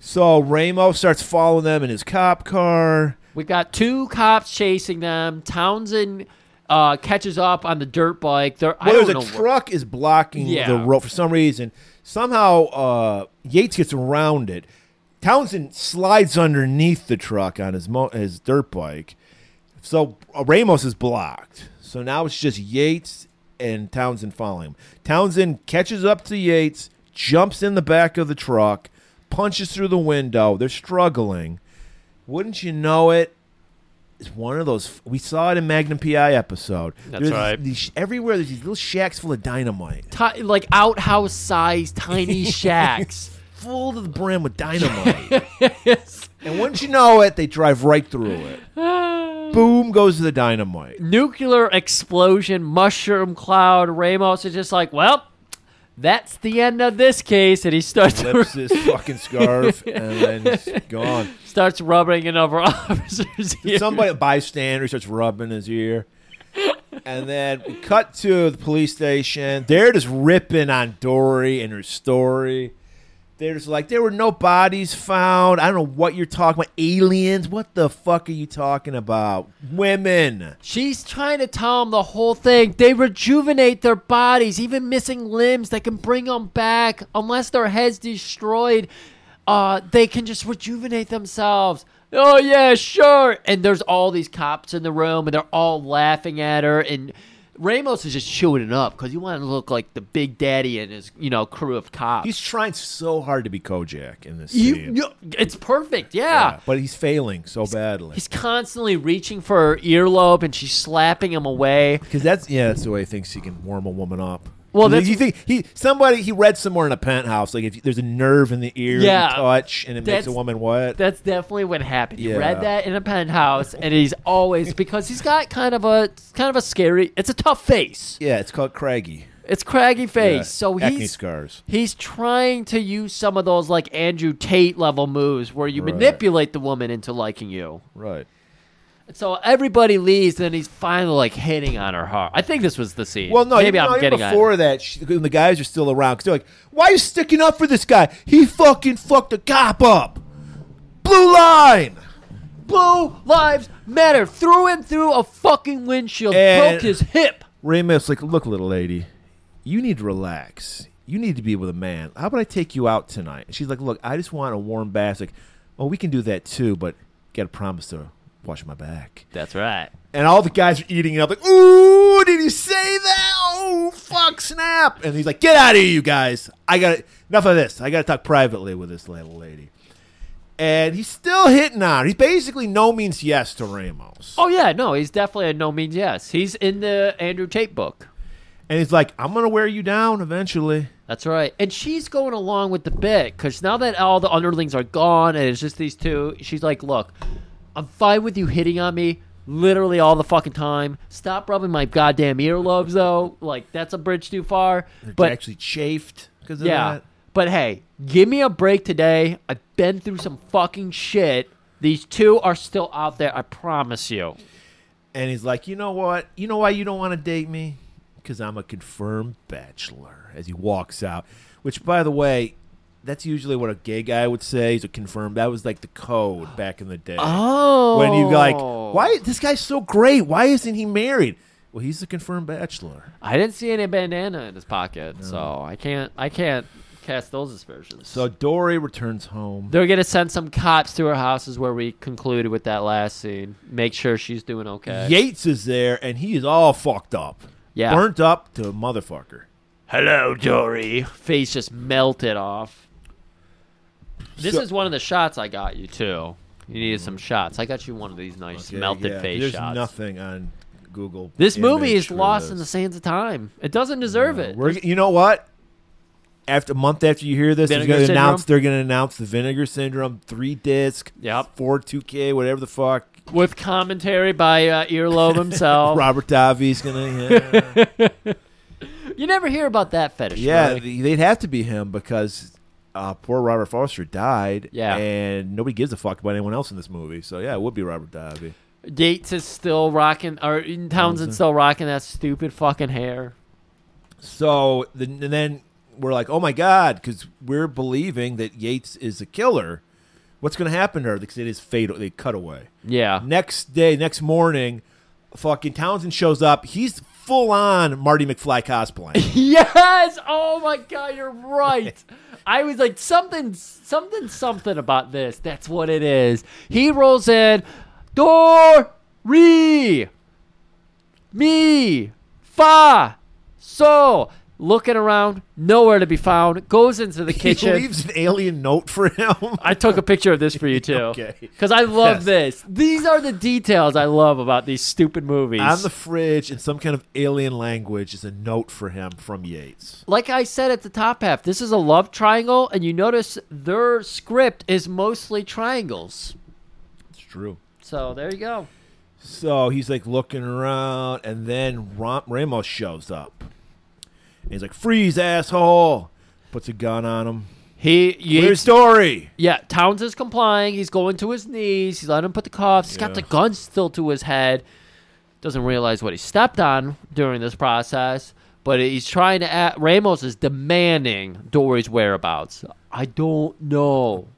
A: So Ramo starts following them in his cop car.
B: We've got two cops chasing them. Townsend uh, catches up on the dirt bike. There, I
A: Well,
B: don't
A: there's
B: know.
A: a
B: what-
A: truck is blocking
B: Yeah.
A: the road for some reason. Somehow uh, Yates gets around it. Townsend slides underneath the truck on his mo- his dirt bike. So uh, Ramos is blocked. So now it's just Yates and Townsend following him. Townsend catches up to Yates, jumps in the back of the truck, punches through the window. They're struggling. Wouldn't you know it? It's one of those. We saw it in Magnum PI episode.
B: That's
A: There's
B: right.
A: These, everywhere there's these little shacks full of dynamite,
B: ti- like outhouse
A: [laughs]
B: size tiny shacks.
A: full to the brim with
B: [laughs]
A: dynamite. And once you know it, they drive right through it.
B: [sighs]
A: Boom goes the dynamite.
B: Nuclear explosion, mushroom cloud. Ramos is just like, well, that's the end of this case, and he starts
A: Flips his fucking scarf and then it's gone.
B: [laughs] starts rubbing it over [laughs] officers. Here.
A: Somebody a bystander starts rubbing his ear. And then we cut to the police station. They're just ripping on Dory and her story. They're just like, there were no bodies found. I don't know what you're talking about. Aliens? What the fuck are you talking about? Women.
B: She's trying to tell him the whole thing. They rejuvenate their bodies, even missing limbs. They can bring them back unless their heads destroyed. Uh, they can just rejuvenate themselves. Oh yeah, sure. And there's all these cops in the room, and they're all laughing at her. And Ramos is just chewing it up because he wanted to look like the big daddy and his, you know, crew of cops.
A: He's trying so hard to be Kojak in this
B: You-
A: scene.
B: you- it's perfect, yeah.
A: Yeah, but he's failing so badly.
B: He's constantly reaching for her earlobe and she's slapping him away.
A: Because that's yeah, that's the way he thinks he can warm a woman up.
B: Well,
A: 'Cause
B: that's-
A: you think he somebody he read somewhere in a penthouse like if there's a nerve in the ear, you
B: Yeah.
A: touch, and it makes
B: That's-
A: a woman what?
B: That's definitely what happened. You
A: Yeah.
B: read that in a penthouse, and he's always because he's got kind of a kind of a scary. It's a tough face.
A: yeah, it's called craggy.
B: It's craggy face.
A: Yeah,
B: So
A: acne
B: he's
A: scars.
B: he's trying to use some of those like Andrew Tate level moves where you manipulate the woman into liking you.
A: Right.
B: So everybody leaves, and he's finally like hitting on her heart. I think this was the scene.
A: Well, no,
B: maybe
A: even,
B: I'm
A: no, even
B: getting on-
A: before that, she, when the guys are still around, because they're like, "Why are you sticking up for this guy? He fucking fucked a cop up. Blue line."
B: Blue lives matter. Threw him through a fucking windshield.
A: And-
B: broke his hip.
A: Ramos like, look, little lady, you need to relax. You need to be with a man. How about I take you out tonight? And she's like, look, I just want a warm bath. Like, well, we can do that too, but gotta promise to wash my back.
B: That's right.
A: And all the guys are eating it up, like, ooh, did he say that? Oh, fuck, snap! And he's like, get out of here, you guys. I got to enough of this. I gotta talk privately with this little lady. And he's still hitting on. her. He's basically no means yes to Ramos.
B: Oh yeah, no, he's definitely a no means yes. He's in the Andrew Tate book.
A: And he's like, I'm gonna wear you down eventually.
B: That's right. And she's going along with the bit because now that all the underlings are gone and it's just these two, she's like, "Look, I'm fine with you hitting on me." Literally all the fucking time. Stop rubbing my goddamn earlobes, though. Like that's a bridge too far.
A: but
B: But
A: actually chafed because of
B: Yeah.
A: that.
B: But hey, give me a break today. I've been through some fucking shit. These two are still out there, I promise you.
A: And he's like, you know what? You know why you don't want to date me? Because I'm a confirmed bachelor. As he walks out, which by the way, that's usually what a gay guy would say. He's a confirmed. That was like the code back in the day.
B: Oh.
A: When you like, why this guy's so great? Why isn't he married? Well, he's a confirmed bachelor.
B: I didn't see any bandana in his pocket, so I can't I can't cast those aspersions.
A: So Dory returns home.
B: they're gonna send some cops to her house is where we concluded with that last scene. Make sure she's doing okay.
A: Yates is there, and he is all fucked up.
B: Yeah.
A: burnt up to a motherfucker.
B: Hello, Dory. Face just melted off. This
A: So-
B: is one of the shots I got you too. You needed some shots. I got you one of these nice
A: Yeah,
B: melted
A: yeah.
B: face
A: There's
B: shots.
A: nothing on Google.
B: This movie
A: Image
B: is
A: for
B: lost
A: this.
B: in the sands of time. It doesn't deserve it.
A: We're, you know what? After a month after you hear this, they're
B: Vinegar
A: going to
B: Syndrome?
A: announce they're going to announce the Vinegar Syndrome three disc,
B: Yep.
A: four two K, whatever the fuck.
B: With commentary by uh,
A: [laughs]
B: Earlobe himself.
A: Robert Davi's
B: [laughs]
A: going to yeah,
B: You never hear about that fetish.
A: yeah
B: right?
A: th- they'd have to be him because uh, poor Robert Foster died,
B: Yeah.
A: and nobody gives a fuck about anyone else in this movie. So yeah, it would be Robert Davi.
B: Yates is still rocking, or Ian Townsend's still rocking that stupid fucking hair.
A: So the, and then we're like, oh my god, because we're believing that Yates is a killer. What's going to happen to her? Because it is fatal. They cut away.
B: Yeah.
A: Next day, next morning, fucking Townsend shows up. He's full on Marty McFly cosplay.
B: [laughs] Yes! Oh my god, you're right. I was like something something something about this. That's what it is. He rolls in Dory Me Fa So looking around, nowhere to be found, goes into
A: [laughs]
B: the
A: he
B: kitchen.
A: leaves an alien note for [laughs] him.
B: I took a picture of this for you too.
A: [laughs] Okay.
B: Because I
A: Yes.
B: love this. These are the details I love about these stupid movies.
A: on the fridge in some kind of alien language is a note for him from Yates.
B: like I said at the top half, this is a love triangle, and you notice their script is mostly triangles.
A: It's true.
B: So there you go.
A: So he's like looking around, and then Ram- Ramos shows up. And he's like, "Freeze, asshole!" Puts a gun on him.
B: He,
A: Weird
B: Yates,
A: story.
B: yeah, Towns is complying. He's going to his knees. He's letting him put the cuffs. He's got
A: Yeah.
B: the gun still to his head. Doesn't realize what he stepped on during this process, but he's trying to. Act, Ramos is demanding Dory's whereabouts. I don't know.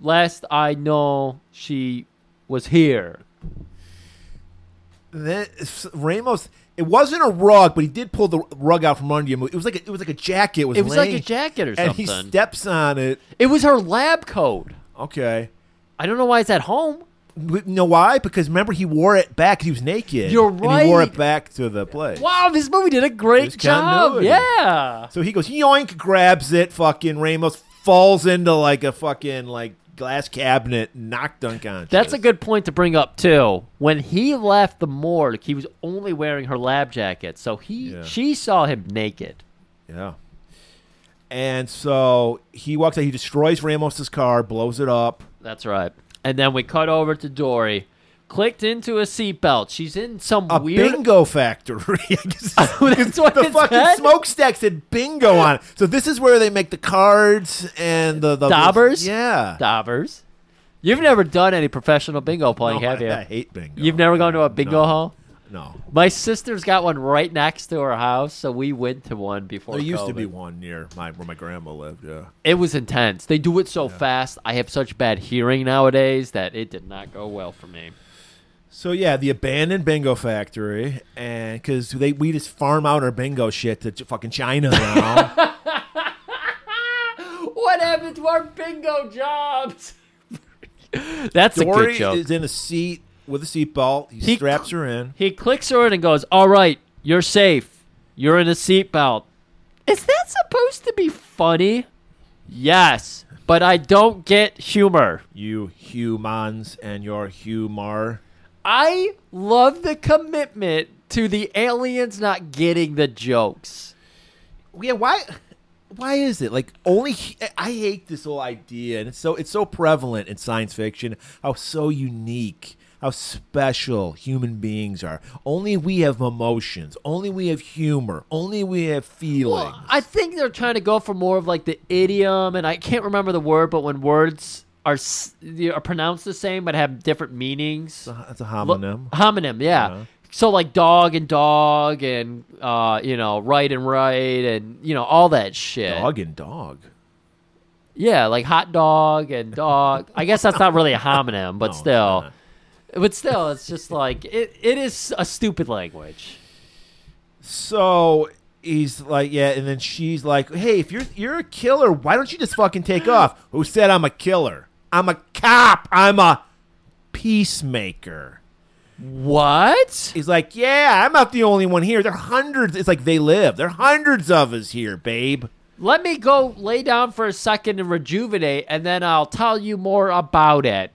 B: Last I know, she was here.
A: And then s- Ramos, it wasn't a rug, but he did pull the rug out from under you. It was like a, it was like a jacket. It was,
B: It was like
A: laying-
B: a jacket or
A: and he
B: something.
A: steps on it.
B: It was her lab coat.
A: Okay,
B: I don't know why it's at home.
A: You know why? Because remember, he wore it back. He was naked.
B: You're
A: And he wore it
B: right.
A: back to the play.
B: Wow, this movie did a great
A: There's
B: job.
A: continuity.
B: Yeah.
A: So he goes, yoink, grabs it. Fucking Ramos falls into like a fucking like glass cabinet, knocked unconscious.
B: That's a good point to bring up too. When he left the morgue, he was only wearing her lab jacket, so he
A: Yeah.
B: she saw him naked.
A: Yeah. And so he walks out. He destroys Ramos's car, blows it up.
B: That's right. And then we cut over to Dory, clicked into a seatbelt. She's in some
A: A
B: weird.
A: bingo factory.
B: [laughs]
A: [laughs]
B: That's what
A: the
B: it
A: fucking
B: said?
A: smokestack said bingo on it. So this is where they make the cards and the, the
B: Daubers?
A: Yeah.
B: Dabbers. You've never done any professional bingo
A: No,
B: playing, have
A: Oh, I,
B: you?
A: I hate bingo.
B: You've never gone to a bingo
A: No.
B: hall?
A: No.
B: My sister's got one right next to her house, so we went to one before.
A: There used to be
B: COVID.
A: one near my where my grandma lived. Yeah.
B: It was intense. They do it so fast. I have such bad hearing nowadays that it did not go well for me.
A: So yeah, the abandoned bingo factory, and because they we just farm out our bingo shit to j- fucking China [laughs] now.
B: What happened to our bingo jobs? [laughs] That's a good
A: Dory
B: joke.
A: is in a seat with a seatbelt. He,
B: He-
A: straps her in.
B: He clicks her in and goes, All right, you're safe. You're in a seatbelt. Is that supposed to be funny? Yes, but I don't get humor.
A: You humans and your humor.
B: I love the commitment to the aliens not getting the jokes.
A: Yeah, why? Why is it like only? hu- I hate this whole idea, and it's so it's so prevalent in science fiction. How so unique, how special human beings are. Only we have emotions. Only we have humor. Only we have feelings.
B: Well, I think they're trying to go for more of like the idiom, and I can't remember the word, but when words are s- are pronounced the same but have different meanings.
A: That's a
B: Lo-
A: homonym. Uh-huh.
B: homonym, yeah.
A: Yeah.
B: So like dog and dog and uh, you know right and right and you know all that shit.
A: Dog and dog.
B: Yeah, like hot dog and dog. I guess that's not really a homonym, but
A: [laughs] No, it's
B: still,
A: not.
B: but still, it's just like it. It is a stupid language.
A: So he's like, yeah, and then she's like, hey, if you're you're a killer, why don't you just fucking
B: [gasps]
A: take off? Who said I'm a killer? I'm a cop. I'm a peacemaker.
B: What?
A: He's like, yeah, I'm not the only one here. There are hundreds. It's like they live. There are hundreds of us here, babe.
B: Let me go lay down for a second and rejuvenate, and then I'll tell you more about it.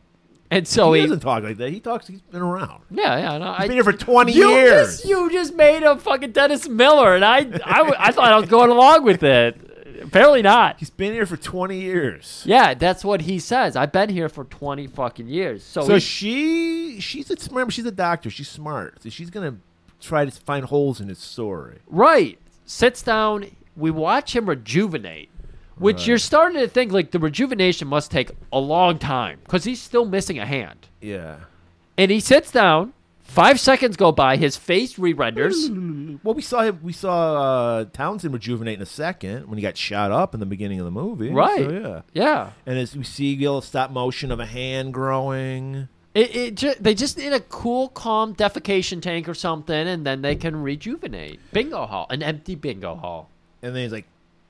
B: And so
A: He
B: Oh, he,
A: doesn't talk like that. He talks. He's been around.
B: yeah, yeah. No, I,
A: He's been here for 20
B: you
A: years.
B: Just, you just made a fucking Dennis Miller, and I, I, w- I thought I was going along with it. Apparently not.
A: He's been here for 20 years.
B: Yeah, that's what he says. I've been here for twenty fucking years. So,
A: So
B: Oh, he-
A: she, she's a remember she's a doctor. She's smart. So she's gonna try to find holes in his story.
B: right sits down. We watch him rejuvenate, which you're starting to think like the rejuvenation must take a long time because he's still missing a hand.
A: Yeah.
B: And he sits down. Five seconds go by. His face
A: [laughs]
B: re-renders.
A: Well, we saw him. We saw uh, Townsend rejuvenate in a second when he got shot up in the beginning of the movie.
B: Right.
A: So, yeah.
B: yeah.
A: And as we see a little stop motion of a hand growing.
B: It, it ju- they just need a cool, calm defecation tank or something, and then they can rejuvenate. Bingo hall, an empty bingo hall.
A: And then he's like,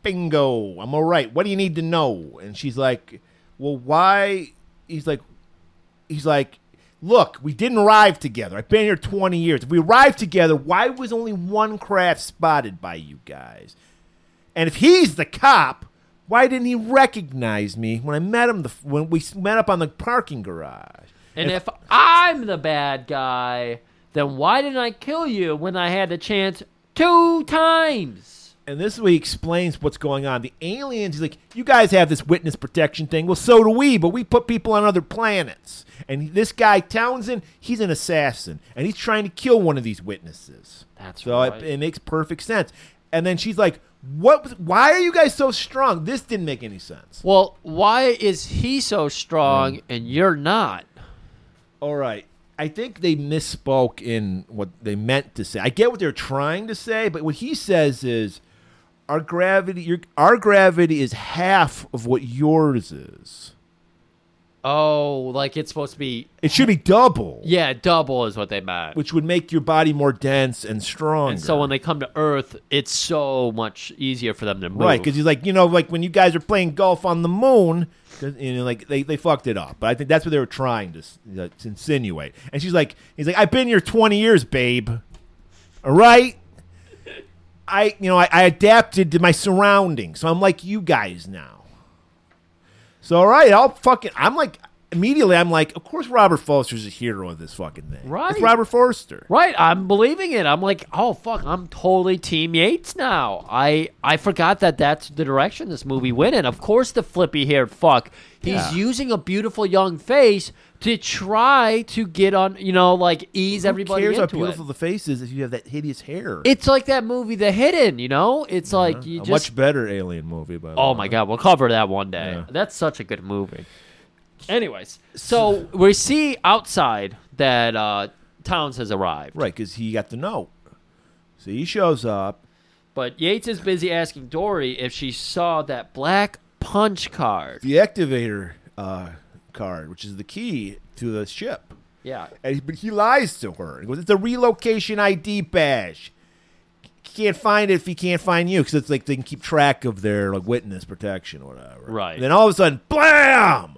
A: "Bingo, I'm all right. What do you need to know?" And she's like, "Well, why?" He's like, "He's like, look, we didn't arrive together. I've been here 20 years. If we arrived together, why was only one craft spotted by you guys? And if he's the cop, why didn't he recognize me when I met him? The, when we met up on the parking garage?"
B: And if I'm the bad guy, then why didn't I kill you when I had the chance two times?
A: And this is where he explains what's going on. The aliens, he's like, you guys have this witness protection thing. Well, so do we, but we put people on other planets. And this guy, Townsend, he's an assassin, and he's trying to kill one of these witnesses.
B: That's
A: so
B: right.
A: it, it makes perfect sense. And then she's like, "What? was- Why are you guys so strong? This didn't make any sense."
B: Well, why is he so
A: Mm.
B: strong and you're not?
A: All right. I think they misspoke in what they meant to say. I get what they're trying to say, but what he says is our gravity your, our gravity is half of what yours is.
B: Oh, like it's supposed to be.
A: It should be double,
B: Yeah, double is what they meant.
A: which would make your body more dense and stronger.
B: And so when they come to Earth, it's so much easier for them to move.
A: Right, because he's like, you know, like when you guys are playing golf on the moon, 'cause, you know, like they, they fucked it up. But I think that's what they were trying to, s- uh, to insinuate. And she's like, he's like, I've been here 20 years, babe. All right? I, you know, I, I adapted to my surroundings. So I'm like you guys now. So, all right, I'll fucking, I'm like, immediately, I'm like, of course Robert Foster's a hero of this fucking thing.
B: Right.
A: It's Robert Forster.
B: Right, I'm believing it. I'm like, oh fuck, I'm totally Team Yates now. I I forgot that that's the direction this movie went in. Of course, the flippy haired fuck. He's
A: Yeah.
B: using a beautiful young face to try to get on, you know, like ease everybody
A: Who cares how
B: into
A: beautiful
B: it.
A: the face is if you have that hideous hair?
B: it's like that movie, The Hidden. You know, it's like you
A: Mm-hmm. a
B: just.
A: much better alien movie, by the
B: oh
A: way.
B: my god, we'll cover that one
A: Um,
B: day.
A: Yeah.
B: That's such a good movie. Anyways, so we see outside that uh, Towns has arrived.
A: Right, because he got the note. So he shows up.
B: But Yates is busy asking Dory if she saw that black punch card.
A: The activator uh, card, which is the key to the ship.
B: Yeah.
A: And he, but he lies to her. He goes, it's a relocation ID badge. He can't find it if he can't find you, because it's like they can keep track of their like witness protection or whatever.
B: Right.
A: And then all of a sudden, blam!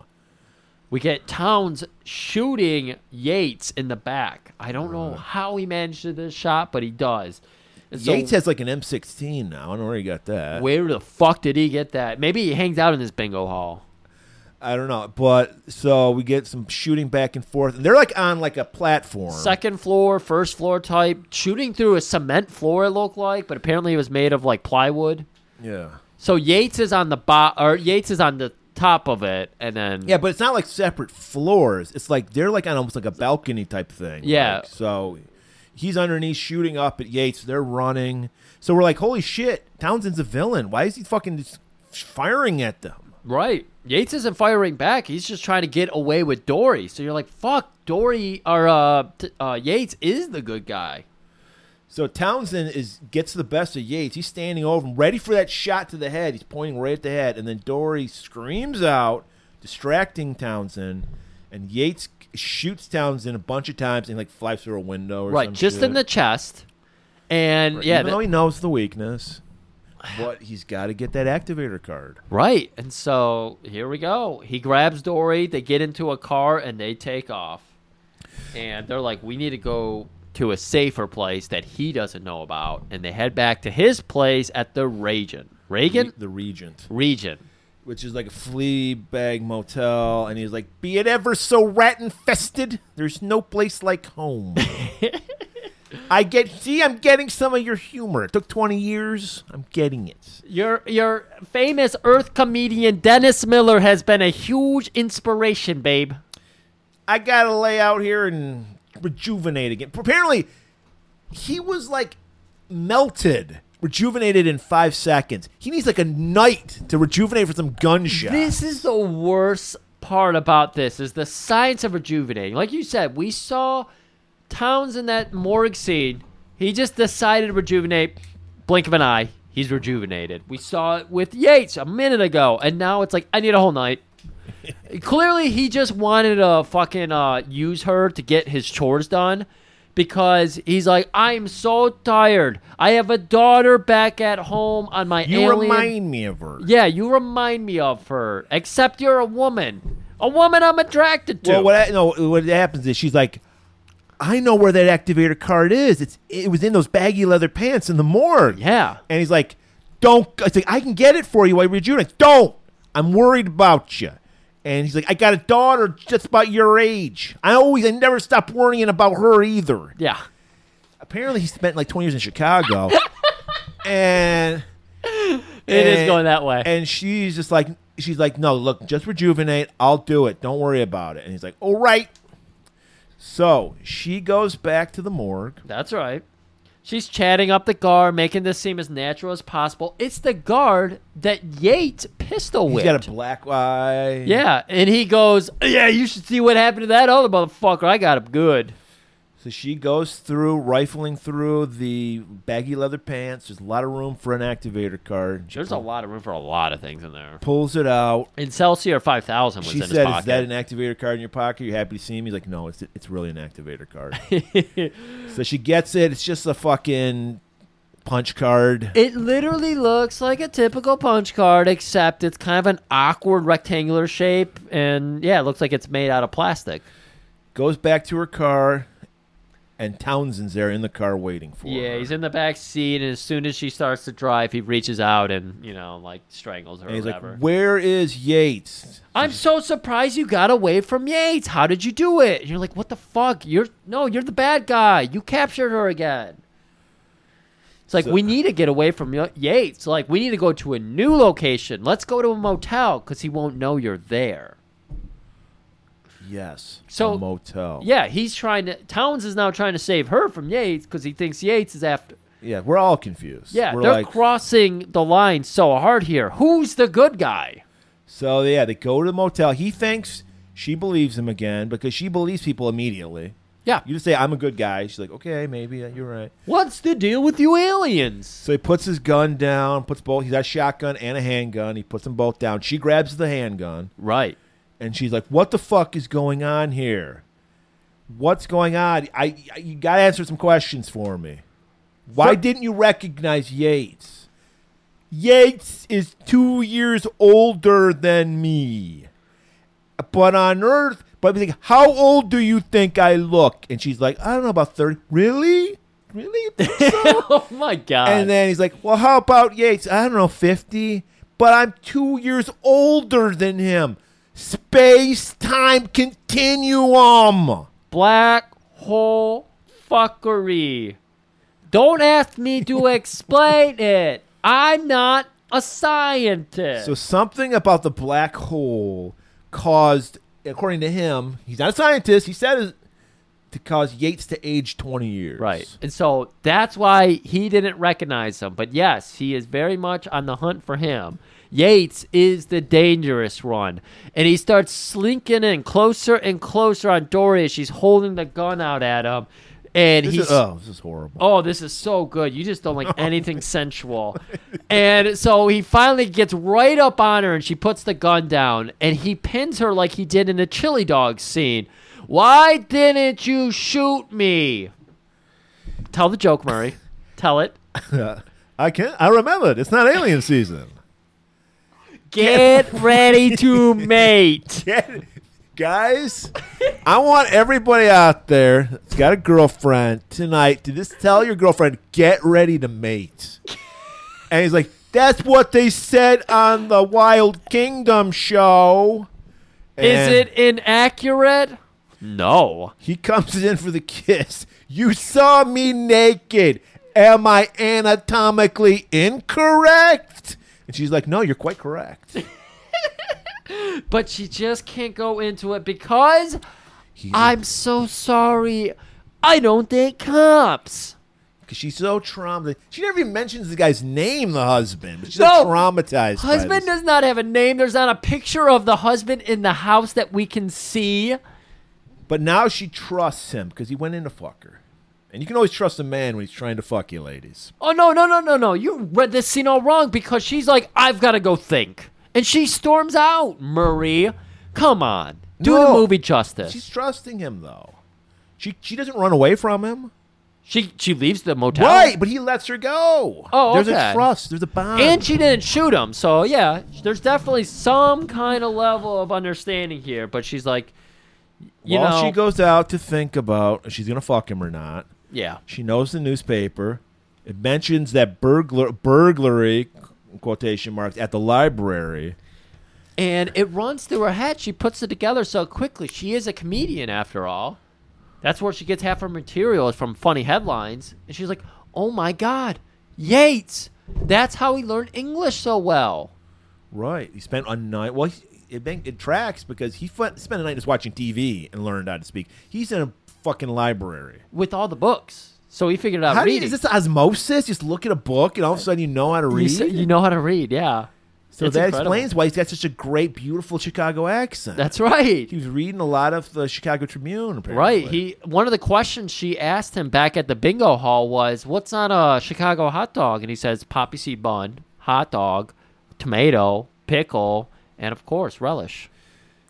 B: We get Towns shooting Yates in the back. I don't
A: Uh-huh.
B: know how he managed to this shot, but he does. And so
A: Yates has like an M16 now. I don't know where he got that.
B: where the fuck did he get that? Maybe he hangs out in this bingo hall.
A: I don't know. But so we get some shooting back and forth. And they're like on like a platform.
B: Second floor, first floor type, shooting through a cement floor it looked like, but apparently it was made of like plywood.
A: yeah.
B: So Yates is on the bo- or Yates is on the top of it and then
A: Yeah, but it's not like separate floors. It's like they're like on almost like a balcony type thing.
B: Yeah.
A: Like, so he's underneath shooting up at Yates. They're running. So we're like, holy shit, Townsend's a villain. Why is he fucking just firing at them?
B: Right. Yates isn't firing back. He's just trying to get away with Dory. So you're like, fuck, Dory or uh, t- uh Yates is the good guy.
A: So Townsend is gets the best of Yates. He's standing over him, ready for that shot to the head. He's pointing right at the head, and then Dory screams out, distracting Townsend, and Yates shoots Townsend a bunch of times and like flies through a window or
B: Right,
A: some
B: just
A: shit.
B: in the chest. And yeah,
A: even
B: that-
A: though he knows the weakness, but he's got to get that activator card.
B: right. And so here we go. He grabs Dory, they get into a car and they take off. And they're like, we need to go to a safer place that he doesn't know about. And they head back to his place at the Reagan. Reagan?
A: The Regent,
B: Region.
A: which is like a flea bag motel, and he's like, "Be it ever so rat infested, there's no place like home." I get. See, I'm getting some of your humor. It took 20 years. I'm getting it.
B: Your your famous Earth comedian Dennis Miller has been a huge inspiration, babe.
A: I gotta lay out here and rejuvenate again. Apparently, he was like melted, rejuvenated in five seconds. He needs like a night to rejuvenate for some gunshot.
B: This is the worst part about this is the science of rejuvenating. Like you said, we saw Towns in that morgue scene. He just decided to rejuvenate. Blink of an eye, he's rejuvenated. We saw it with Yates a minute ago, and now it's like I need a
A: [laughs]
B: whole night. Clearly, he just wanted to fucking uh, use her to get his chores done because he's like, I'm so tired. I have a daughter back at home on my
A: You
B: alien
A: remind me of her.
B: yeah, you remind me of her. Except you're a woman. A woman I'm attracted to.
A: Well, what I, no, what happens is she's like, I know where that activator card is. It's it was in those baggy leather pants in the morgue.
B: Yeah.
A: and he's like, don't. It's like I can get it for you. I rejuvenate. Don't. I'm worried about you. And he's like, I got a daughter just about your age. I always, I never stop worrying about her either.
B: yeah.
A: Apparently, he spent like 20 years in Chicago, and
B: it is
A: and-
B: going that way.
A: And she's just like, she's like, no, look, just rejuvenate. I'll do it. Don't worry about it. And he's like, all right. So she goes back to the morgue.
B: That's right. She's chatting up the guard, making this seem as natural as possible. It's the guard that Yates pistol
A: He's
B: whipped.
A: got a black eye.
B: yeah, and he goes, "Yeah, you should see what happened to that other motherfucker. I got him good."
A: So she goes through, rifling through the baggy leather pants. There's a lot of room for an activator card. She
B: There's a lot of room for a lot of things in there.
A: pulls it out.
B: And Celsior 5000 was
A: She
B: in his
A: said,
B: pocket.
A: "Is that an activator card in your pocket? You happy to see me?" He's like, "No, it's it's really an activator card."
B: [laughs]
A: so she gets it. It's just a fucking punch card.
B: It literally looks like a typical punch card, except it's kind of an awkward rectangular shape, and yeah, it looks like it's made out of plastic.
A: Goes back to her car, and Townsend's there in the car waiting for her.
B: Yeah, he's in the back seat, and as soon as she starts to drive, he reaches out and you know like strangles her
A: And
B: or
A: he's like,
B: whatever.
A: "Where is Yates?"
B: I'm so surprised you got away from Yates. How did you do it? And you're like, what the fuck? You're no, you're the bad guy. You captured her again. It's like
A: So-
B: we need to get away from Yo- Yates. Like we need to go to a new location. Let's go to a motel because he won't know you're there.
A: Yes.
B: So-
A: a motel.
B: Yeah, he's trying to. Towns is now trying to save her from Yates because he thinks Yates is after.
A: Yeah, we're all confused.
B: Yeah,
A: we're
B: they're
A: like,
B: crossing the line so hard here. Who's the good guy?
A: so yeah, they go to the motel. He thinks she believes him again because she believes people immediately.
B: Yeah.
A: You just say, "I'm a good guy." She's like, "Okay, maybe you're right."
B: What's the deal with you aliens?
A: So he puts his gun down, puts both. He's got a shotgun and a handgun. He puts them both down. She grabs the handgun
B: Right.
A: and she's like, "What the fuck is going on here? What's going on? I, I you got to answer some questions for me. Why
B: Fir-
A: didn't you recognize Yates? Yates is two years older than me, but on Earth." But he's like, how old do you think I look? And she's like, I don't know, about 30. Really? Really? You think so?
B: [laughs] oh my god.
A: And then he's like, "Well, how about Yates? I don't know, fifty, but I'm two years older than him. Space time continuum."
B: black hole fuckery. Don't ask
A: [laughs]
B: me to explain it. I'm not a scientist.
A: So something about the black hole caused, according to him, he's not a scientist. He said it to cause Yates to age twenty years.
B: right. And so that's why he didn't recognize him. But yes, he is very much on the hunt for him. Yates is the dangerous one. And he starts slinking in closer and closer on Dory as she's holding the gun out at him. And
A: This
B: he's
A: is, oh, this is horrible.
B: oh, this is so good. You just don't like anything sensual. And so he finally gets right up on her and she puts the gun down and he pins her like he did in the chili dog scene. Why didn't you shoot me? Tell the joke, Murray. Tell it.
A: I can't. I remembered. It's not alien season.
B: Get ready to mate.
A: Get- [laughs] guys, I want everybody out there that's got a girlfriend tonight to just tell your girlfriend, get ready to
B: [laughs]
A: mate. And he's like, that's what they said on the Wild Kingdom show.
B: Is
A: And
B: it inaccurate? No.
A: He comes in for the kiss. You saw me naked. Am I anatomically incorrect? And she's like, no, you're quite correct.
B: But she just can't go into it because
A: He's
B: I'm so sorry. I don't date cops.
A: Because she's so traumatized. She never even mentions the guy's name, the husband. But she's
B: No.
A: so traumatized. by
B: Husband
A: this.
B: does not have a name. There's not a picture of the husband in the house that we can see.
A: But now she trusts him because he went in to fuck her. And you can always trust a man when he's trying to fuck you, ladies.
B: Oh no, no, no, no, no. You read this scene all wrong because she's like, I've gotta go think. And she storms out, Marie. Come on. Do the
A: No.
B: movie justice.
A: She's trusting him, though. She she doesn't run away from him.
B: she she leaves the motel.
A: Right, but he lets her go.
B: Oh,
A: There's
B: okay.
A: a trust. There's a bond.
B: And she didn't shoot him, so yeah, there's definitely some kind of level of understanding here. But she's like, you
A: While
B: know,
A: she goes out to think about if she's going to fuck him or not,
B: yeah,
A: She knows the newspaper. It mentions that burglar burglary quotation marks at the library.
B: and it runs through her head. She puts it together so quickly. She is a comedian after all. That's where she gets half her material is from funny headlines. And she's like, "Oh my god, Yates! That's how he learned English so well."
A: Right. He spent a night. Well, he, it, bank- it tracks because he fu- spent a night just watching TV and learned how to speak. He's in a fucking library.
B: with all the books. So he figured out
A: How do you,
B: reading.
A: is this osmosis? Just look at a book and all of a sudden you know how to
B: you,
A: read.
B: s- you know how to read, yeah.
A: So
B: It's
A: that
B: incredible.
A: explains why he's got such a great, beautiful Chicago accent.
B: That's right.
A: he was reading a lot of the Chicago Tribune. Apparently.
B: Right. He one of the questions she asked him back at the bingo hall was, "What's on a Chicago hot dog?" And he says, "Poppy seed bun, hot dog, tomato, pickle, and of course relish."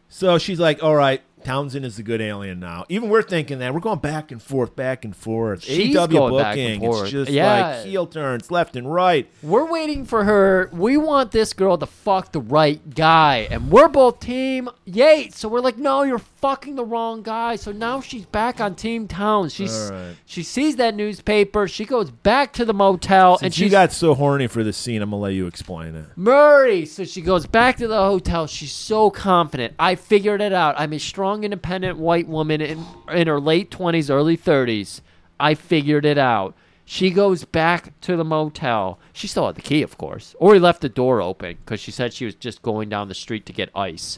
A: So she's like, "All right, Townsend is the good alien now." Even we're thinking that we're going back and forth, back and forth.
B: She's
A: AEW
B: going
A: booking,
B: back and
A: it's
B: forth.
A: just
B: Yeah.
A: like heel turns left and right.
B: We're waiting for her. We want this girl to fuck the right guy, and we're both team Yates. So we're like, "No, you're fucking the wrong guy." So now she's back on Team Towns. She's
A: All right.
B: she sees that newspaper. She goes back to the motel, and
A: Since
B: she
A: you got so horny for this scene, I'm gonna let you explain it.
B: Murray. So she goes back to the hotel. She's so confident. I figured it out. I'm a strong, independent white woman in, in her late 20s, early 30s. I figured it out. She goes back to the motel. She still had the key, of course, or he left the door open because she said she was just going down the street to get ice.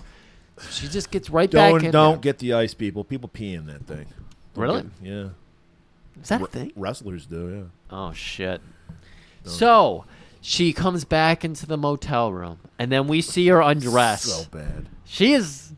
B: She just gets right back
A: Don't
B: in.
A: don't
B: there.
A: get the ice, people. People pee in that thing.
B: really?
A: Yeah,
B: Is that a thing?
A: wrestlers do.
B: Oh shit. So she comes back into the motel room, and then we see her
A: Yeah,
B: undress.
A: so bad.
B: She is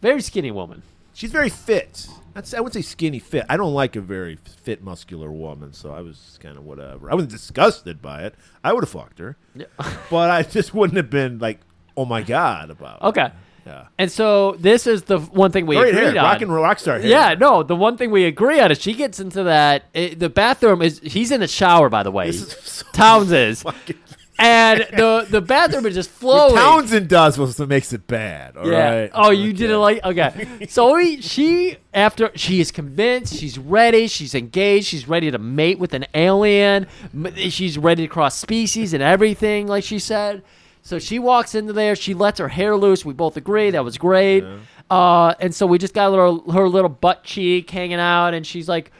B: very skinny woman.
A: She's very fit. That's, I wouldn't say skinny fit. I don't like a very fit, muscular woman, so I was kind of whatever. I wasn't disgusted by it. I would have fucked her, [laughs] but I just wouldn't have been like, "Oh my god!" About it.
B: Okay.
A: Yeah.
B: And so this is the one thing we
A: Great hair,
B: agreed on.
A: rock and rock star hair. [laughs]
B: Yeah, no, the one thing we agree on is she gets into that. It, the bathroom is he's in the shower, by the way.
A: This is [laughs] so
B: Towns is,
A: fucking-
B: and the the bathroom is just
A: What
B: flowing.
A: Townsend does was what makes it bad. All right.
B: Yeah. Oh, you
A: Okay.
B: didn't like.
A: [laughs]
B: Okay. So we, she after she is convinced, she's ready, she's engaged, she's ready to mate with an alien. m- She's ready to cross species and everything, like she said. So she walks into there. She lets her hair loose. We both agree that was great. Uh, and so we just got her, her little butt cheek hanging out, and she's like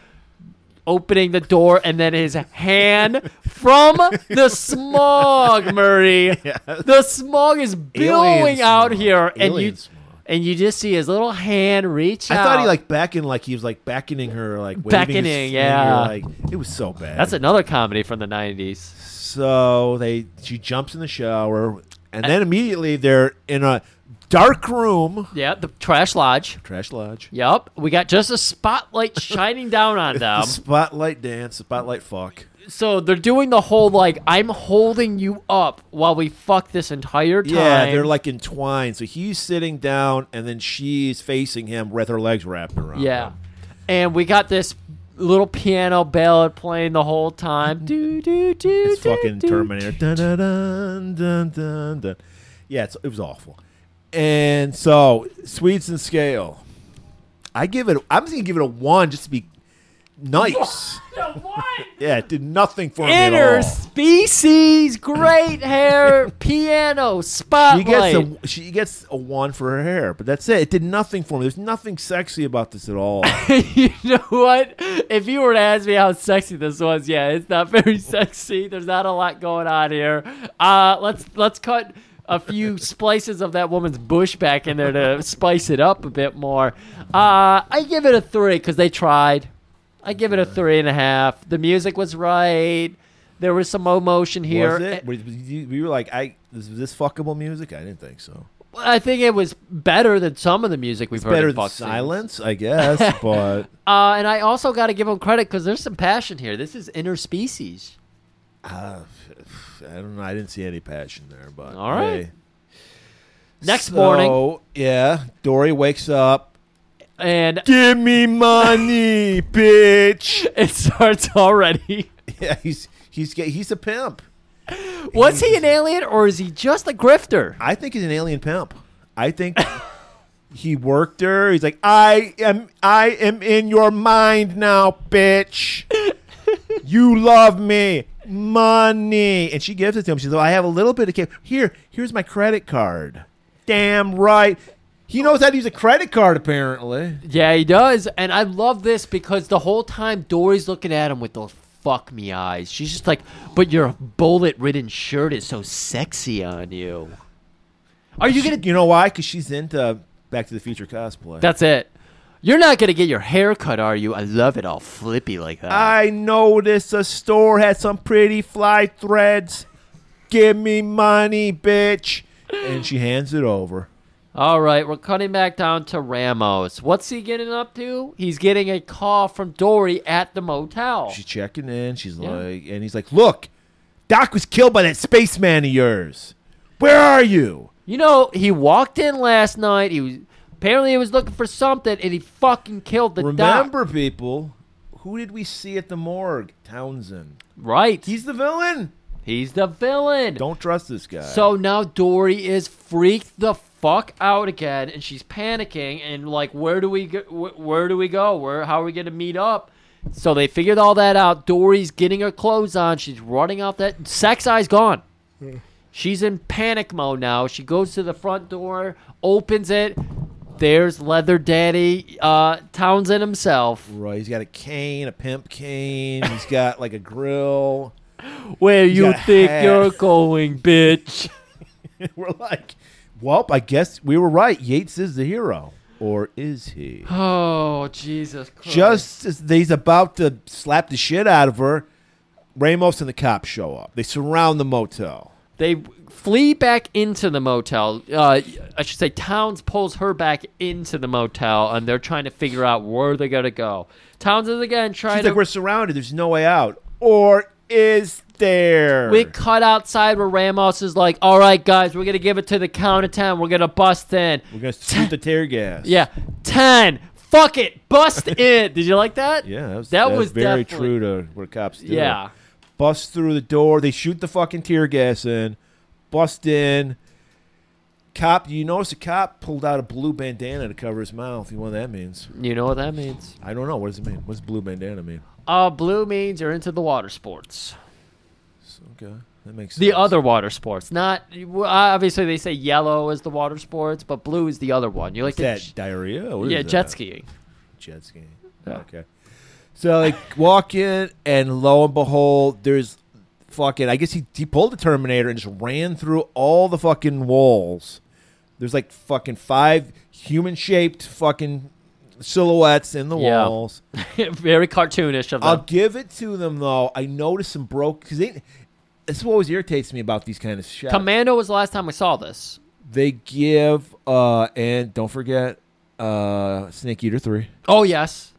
B: opening the door, and then his hand from the
A: [laughs]
B: smog, Murray. The smog is billowing
A: Alien
B: out
A: smog.
B: here, and
A: Alien
B: you
A: smog.
B: and you just see his little hand reach
A: I
B: out.
A: thought he like beckoned, like he was like beckoning her, like waving his
B: Beckoning,
A: finger,
B: yeah.
A: Like it was so bad.
B: That's another comedy from the '90s.
A: So they she jumps in the shower and then immediately they're in a dark room,
B: Yeah, the Trash Lodge.
A: trash lodge.
B: Yep, we got just a spotlight [laughs] shining down on
A: The
B: them.
A: spotlight dance, spotlight fuck.
B: So they're doing the whole like I'm holding you up while we fuck this entire time.
A: Yeah, they're like entwined. So he's sitting down and then she's facing him with her legs wrapped around.
B: Yeah.
A: him.
B: Uh-huh. And we got this little piano ballad playing the whole time. Do do do.
A: It's
B: do,
A: fucking
B: do.
A: Terminator. Dun, dun, dun, dun, dun, dun. Yeah, it's, it was awful. And so, Swedes and Scale. I give it, I'm just going to give it a one just to be
B: [laughs]
A: nice. yeah, it did nothing for me at all.
B: Interspecies, great hair, [laughs] piano,
A: She
B: spotlight.
A: gets a she gets a one for her hair, but that's it. It did nothing for me. There's nothing sexy about this at
B: [laughs]
A: all.
B: you know what? If you were to ask me how sexy this was, yeah, it's not very [laughs] sexy. There's not a lot going on here. Uh, let's let's cut a few [laughs] splices of that woman's bush back in there to spice it up a bit more. Uh, I give it a three because they tried. I give it a three and a half. The music was right. There was some emotion here. eh.
A: Was it? Were you, were you like, I is this fuckable music? I didn't think so.
B: I think it was better than some of the music we've heard.
A: Better
B: in
A: than
B: Fox Scenes.
A: silence, I guess. [laughs] But
B: Uh, and I also got to give them credit because there's some passion here. This is interspecies.
A: uh, I don't know. I didn't see any passion there. But
B: All right.
A: hey.
B: Next
A: So,
B: morning,
A: yeah, Dory wakes up.
B: and
A: Give me
B: [laughs]
A: money, bitch.
B: it starts already.
A: Yeah, he's he's ga- he's a pimp.
B: Was he an alien or is he just a grifter?
A: I think he's an alien pimp. I
B: [laughs]
A: think he worked her. He's like, I am, I am in your mind now, bitch. You love me, money, and she gives it to him. She says, "Oh, "I have a little bit of cash. Here, here's my credit card. Damn right." He knows how to use a credit card, apparently.
B: Yeah, he does. And I love this because the whole time Dory's looking at him with those fuck me eyes. She's just like, but your bullet ridden shirt is so sexy on you. Are you going to.
A: You know why? Because she's into Back to the Future cosplay.
B: That's it. You're not going to get your hair cut, are you? I love it all flippy like that.
A: I noticed a store had some pretty fly threads. Give me money, bitch. And she hands it over.
B: All right, we're cutting back down to Ramos. What's he getting up to? He's getting a call from Dory at the motel.
A: She's checking in. She's
B: Yeah.
A: like, and he's like, look, Doc was killed by that spaceman of yours. Where are you?
B: You know, he walked in last night. He was apparently he was looking for something, and he fucking killed the doc.
A: Remember, people, who did we see at the morgue? Townsend.
B: Right? He's
A: He's the villain.
B: he's the villain.
A: Don't trust this guy.
B: So now Dory is freaked the fuck out again, and she's panicking. And like, where do we go? Wh- where do we go? Where? How are we gonna meet up? So they figured all that out. Dory's getting her clothes on. She's running out that sex eye's gone. She's in panic mode now. She goes to the front door, opens it. There's Leather Daddy uh, Townsend himself.
A: Right, he's got a cane, a pimp cane. He's got like a grill.
B: Where you
A: got
B: think
A: hair.
B: you're going, bitch?
A: [laughs] We're like, well, I guess we were right. Yates is the hero, or is he?
B: [laughs] Oh Jesus Christ!
A: Just as he's about to slap the shit out of her, Ramos and the cops show up. They surround the motel.
B: They flee back into the motel. Uh, I should say, Towns pulls her back into the motel, and they're trying to figure out where they're gonna go. Towns is again trying
A: She's
B: to.
A: like, we're surrounded. There's no way out. Or is there?
B: we cut outside where Ramos is like, "All right, guys, we're gonna give it to the count of ten. We're gonna bust in.
A: We're gonna shoot the tear gas.
B: [laughs] Yeah, ten. Fuck
A: [laughs]
B: it, bust in. Did you like that?
A: yeah. That was,
B: that
A: that's
B: was
A: very
B: definitely-
A: true to what cops do.
B: Yeah,
A: bust through the door. They shoot the fucking tear gas in, bust in. Cop, you notice the cop pulled out a blue bandana to cover his mouth. You know what that means?
B: you know what that means.
A: I don't know. What does it mean? What's blue bandana mean?
B: Uh, blue means you're into the water sports.
A: So, okay, that makes sense.
B: The other water sports, not well, obviously they say yellow is the water sports, but blue is the other one. You like
A: Is that
B: to,
A: diarrhea? What is
B: yeah,
A: that?
B: jet skiing. [laughs]
A: Jet skiing.
B: Yeah.
A: Okay. So like walk in and lo and behold, there's fucking. I guess he he pulled the Terminator and just ran through all the fucking walls. There's like fucking five human shaped fucking silhouettes in the
B: Yeah.
A: walls.
B: Very cartoonish of them.
A: I'll give it to them though. I noticed some broke because they. This is what always irritates me about these kind of shots.
B: Commando was the last time we saw this.
A: they give uh and don't forget uh Snake Eater three.
B: Oh yes,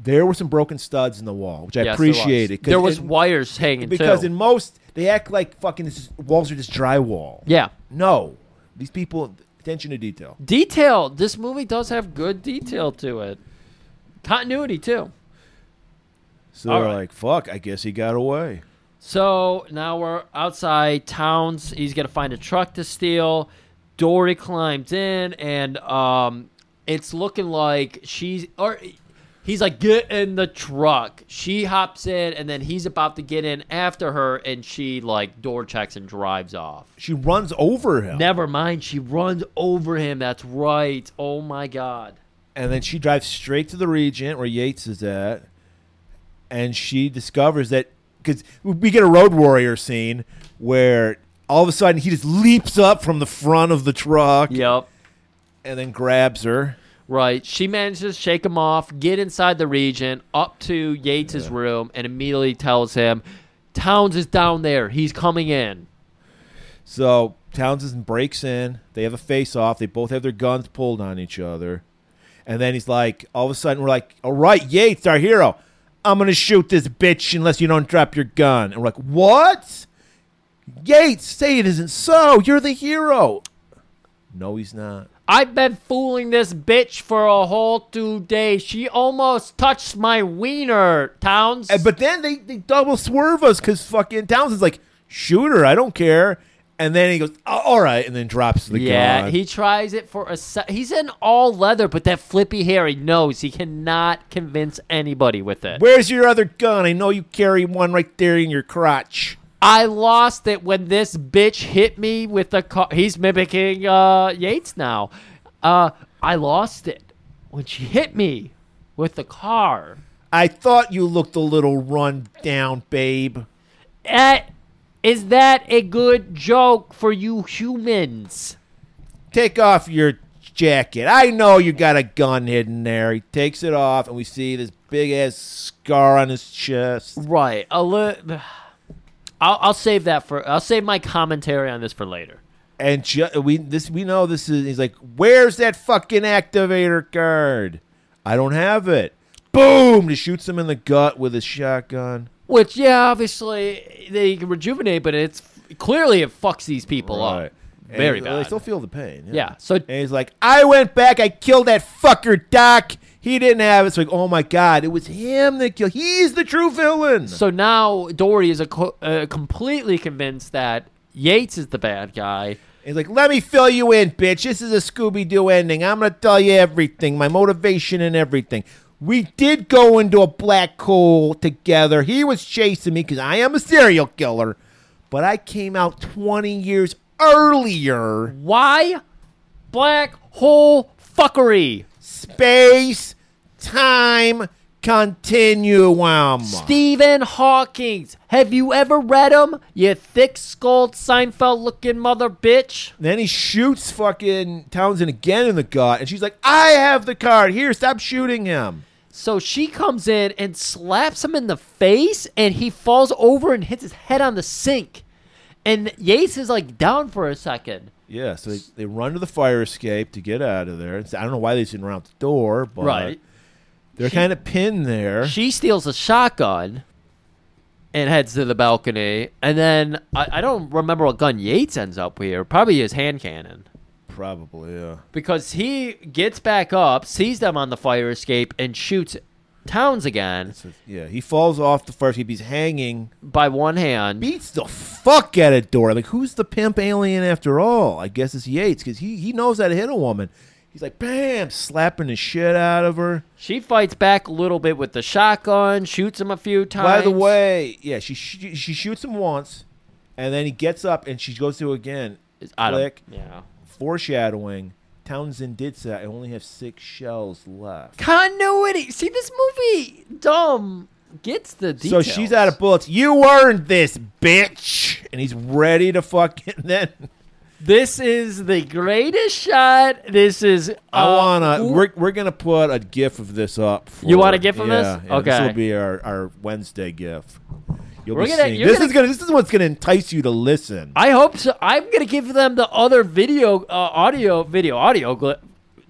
A: There were some broken studs in the wall, which I
B: yes,
A: appreciated. 'cause
B: There was, there was
A: in-
B: wires hanging
A: because
B: too.
A: in most they act like fucking this is, walls are just drywall.
B: yeah,
A: No, these people attention to detail.
B: detail. This movie does have good detail to it. Continuity too.
A: So
B: All
A: they're
B: right.
A: like, fuck. I guess he got away.
B: So now we're outside Towns. He's gonna find a truck to steal. Dory climbs in, and um, it's looking like she's or he's like get in the truck. She hops in, and then he's about to get in after her, and she like door checks and drives off.
A: She runs over him,
B: Never mind, she runs over him. That's right. Oh my god.
A: and then she drives straight to the Regent where Yates is at, and she discovers that because we get a Road Warrior scene where all of a sudden he just leaps up from the front of the truck
B: Yep.
A: and then grabs her.
B: Right. She manages to shake him off, get inside the region, up to Yates's room, and immediately tells him, Towns is down there. He's coming in.
A: So Townsend breaks in. They have a face off. They both have their guns pulled on each other. And then he's like, all of a sudden, we're like, all right, Yates, our hero. I'm going to shoot this bitch unless you don't drop your gun. And we're like, what? Yates, say it isn't so. You're the hero. No, he's not.
B: I've been fooling this bitch for a whole two days. She almost touched my wiener, Towns.
A: And- Eh, but then they, they double swerve us because fucking Townsend's like, shoot her. I don't care. And then he goes, "Oh, all right. And then drops the
B: yeah,
A: gun.
B: he tries it for a se- He's in all leather, but that flippy hair, he knows he cannot convince anybody with it.
A: Where's your other gun? I know you carry one right there in your crotch.
B: I lost it when this bitch hit me with the car. He's mimicking uh, Yates now. Uh, I lost it when she hit me with the car.
A: I thought you looked a little run down, babe.
B: Eh, Is that a good joke for you humans?
A: Take off your jacket. I know you got a gun hidden there. He takes it off, and we see this big ass scar on his chest.
B: Right. A li- [sighs] I'll, I'll save that for. I'll save my commentary on this for later.
A: And ju- we this we know this is. He's like, "Where's that fucking activator card? I don't have it." Boom! He shoots him in the gut with his shotgun.
B: Which, yeah, obviously they can rejuvenate, but it's clearly it fucks these people
A: Right.
B: up
A: And uh,
B: very
A: they-
B: bad.
A: They still feel the pain. Yeah.
B: Yeah, so-
A: and he's like, "I went back. I killed that fucker, Doc. He didn't have it." It's like, "Oh my god, it was him that killed. He's the true villain."
B: So now Dory is a co- uh, completely convinced that Yates is the bad guy.
A: He's like, let me fill you in, bitch. This is a Scooby Doo ending. I'm going to tell you everything, my motivation and everything. We did go into a black hole together. He was chasing me because I am a serial killer, but I came out 20 years earlier.
B: Why? Black hole fuckery.
A: Space, time, continuum.
B: Stephen Hawking's. Have you ever read him? You thick skulled Seinfeld looking mother bitch.
A: Then he shoots fucking Townsend again in the gut, and she's like, I have the card. Here, stop shooting him.
B: So she comes in and slaps him in the face, and he falls over and hits his head on the sink. And Yates is like down for a second.
A: Yeah, so they, they run to the fire escape to get out of there. It's- I don't know why they didn't run out the door, but
B: Right.
A: they're kind of pinned there.
B: She steals a shotgun and heads to the balcony. And then I, I don't remember what gun Yates ends up with. Probably his hand cannon.
A: Probably, yeah.
B: Because he gets back up, sees them on the fire escape, and shoots Towns again
A: So, yeah, he falls off the fire escape. He's hanging,
B: by one hand.
A: beats the fuck out of Dora. Like, who's the pimp alien after all? I guess it's Yates because he, he knows how to hit a woman. He's like, bam, slapping the shit out of her.
B: She fights back a little bit with the shotgun, shoots him a few times.
A: By the way, yeah, she sh- she shoots him once, and then he gets up and she goes to again.
B: I don't,
A: Click.
B: yeah.
A: Foreshadowing. Townsend did say, I only have six shells left.
B: Continuity. See, this movie, dumb, gets the details.
A: So she's out of bullets. You earned this, bitch. And he's ready to fucking [laughs] then.
B: This is the greatest shot. This is.
A: I
B: uh,
A: wanna.
B: who-
A: We're, we're gonna put a gif of this up. For,
B: You want a gif of this?
A: Yeah, yeah, This
B: Okay.
A: will be our, our Wednesday gif. You'll
B: We're
A: be
B: gonna-
A: seeing.
B: you're
A: This
B: gonna-
A: is gonna. This is what's gonna entice you to listen.
B: I hope so. I'm gonna give them the other video, uh, audio, video, audio. Gli-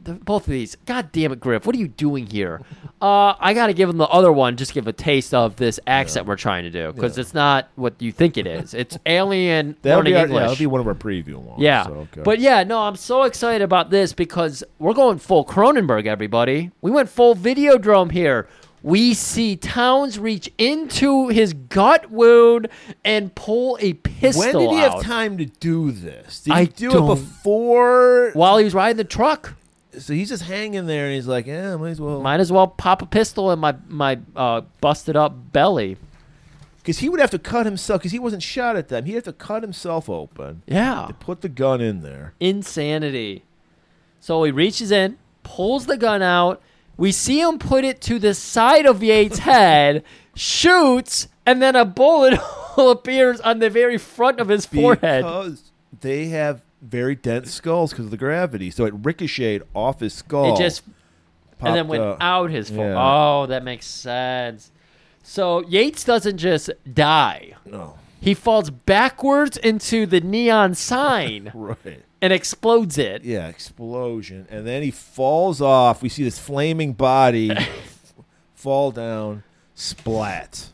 B: the, both of these. God damn it, Griff! What are you doing
A: [laughs]
B: here? Uh, I gotta give them the other one. Just give a taste of this accent we're trying to do because it's not what you think it is.
A: [laughs]
B: It's alien
A: that'll
B: learning
A: be our, yeah,
B: English.
A: that'll be one of our preview ones.
B: Yeah.
A: so, okay.
B: But yeah, no, I'm so excited about this because we're going full Cronenberg, everybody. We went full Videodrome here. We see Towns reach into his gut wound and pull a pistol
A: when did he
B: out
A: have time to do this? Did he
B: I
A: do
B: don't-
A: it before?
B: while he was riding the truck.
A: So he's just hanging there, and he's like, "Yeah, might as well."
B: Might as well pop a pistol in my my uh, busted up belly.
A: Because he would have to cut himself, because he wasn't shot at them. He'd have to cut himself open,
B: Yeah.
A: put the gun in there.
B: Insanity. So he reaches in, pulls the gun out. We see him put it to the side of
A: [laughs]
B: Yates' head, shoots, and then a bullet [laughs] hole appears on the very front of his forehead.
A: Because they have very dense skulls because of the gravity. So it ricocheted off his skull.
B: It just
A: Oh,
B: and then
A: popped
B: went
A: up.
B: out his forehead.
A: Yeah.
B: Oh, that makes sense. So Yates doesn't just die.
A: No,
B: He falls backwards into the neon sign
A: [laughs] right.
B: and explodes it.
A: Yeah, explosion. And then he falls off. We see this flaming body
B: [laughs]
A: fall down, splat.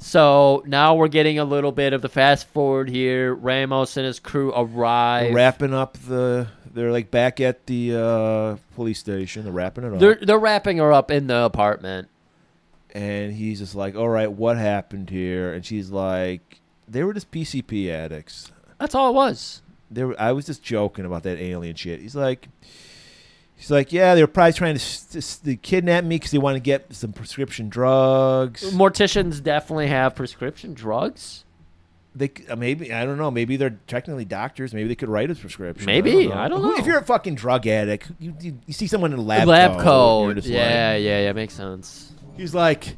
B: So now we're getting a little bit of the fast forward here. Ramos and his crew arrive.
A: Wrapping up the. They're like back at the uh, police station. They're wrapping it up.
B: they're they're wrapping her up in the apartment.
A: and he's just like, "All right, what happened here?" And she's like, "They were just PCP addicts.
B: That's all it was.
A: They were, I was just joking about that alien shit." He's like, "He's like, yeah, they were probably trying to s- s- to kidnap me because they want to get some prescription drugs.
B: Mm. Morticians definitely have prescription drugs.
A: They c- uh, maybe I don't know. Maybe they're technically doctors. Maybe they could write a prescription.
B: Maybe, I don't
A: Who-
B: know.
A: If you're a fucking drug addict, you, you, you see someone in a lab,
B: Lab
A: you're
B: code.
A: just
B: Yeah,
A: like-
B: yeah, yeah. Makes sense.
A: He's like,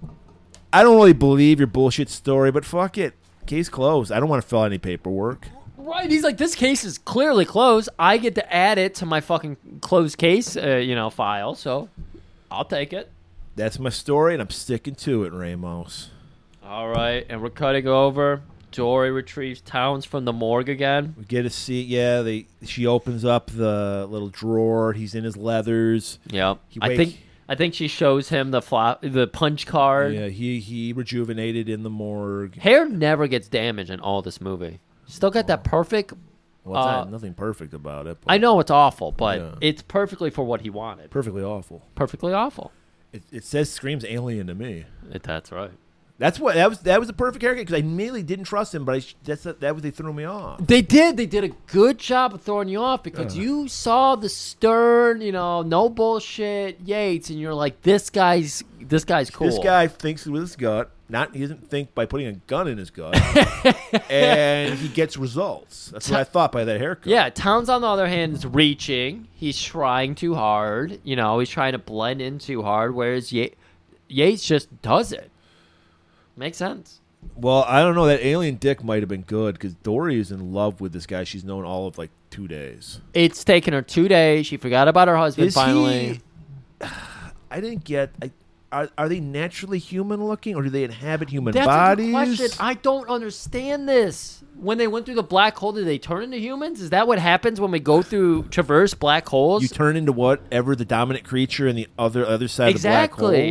A: I don't really believe your bullshit story, but fuck it. Case closed. I don't want to fill out any paperwork.
B: Right. He's like, this case is clearly closed. I get to add it to my fucking closed case, uh, you know, file. So I'll take it.
A: That's my story, and I'm sticking to it, Ramos.
B: All right, and we're cutting over Dory retrieves Towns from the morgue again.
A: We get to see. Yeah, they. She opens up the little drawer. He's in his leathers.
B: Yep.
A: He
B: I
A: wake-
B: think I think she shows him the fla- the punch card.
A: Yeah, he he rejuvenated in the morgue.
B: Hair never gets damaged in all this movie. Still got that perfect.
A: Well, it's not-
B: Uh,
A: nothing perfect about it. But
B: I know it's awful, but
A: Yeah.
B: it's perfectly for what he wanted.
A: Perfectly awful.
B: Perfectly awful.
A: It, it says screams alien to me.
B: It, that's right.
A: That's what that was. That was a perfect haircut because I immediately didn't trust him, but I, sh- that's that was they threw me off.
B: They did. They did a good job of throwing you off because you saw the stern, you know, no bullshit Yates, and you're like, this guy's this guy's cool.
A: This guy thinks with his gut. Not he doesn't think by putting a gun in his
B: [laughs]
A: gut, and he gets results. That's what I thought by that haircut.
B: Yeah, Towns on the other hand is reaching. He's trying too hard. You know, he's trying to blend in too hard. Whereas Ye- Yates just does it. Makes sense.
A: Well, I don't know. That alien dick might have been good because Dory is in love with this guy she's known all of like two days.
B: It's taken her two days. She forgot about her husband
A: Is
B: finally.
A: he- [sighs] I didn't get. I, are are they naturally human looking, or do they inhabit human
B: That's
A: bodies?
B: a good question. I don't understand this. When they went through the black hole, did they turn into humans? Is that what happens when we go through traverse black holes?
A: you turn into whatever the dominant creature in the other other side of the
B: exactly.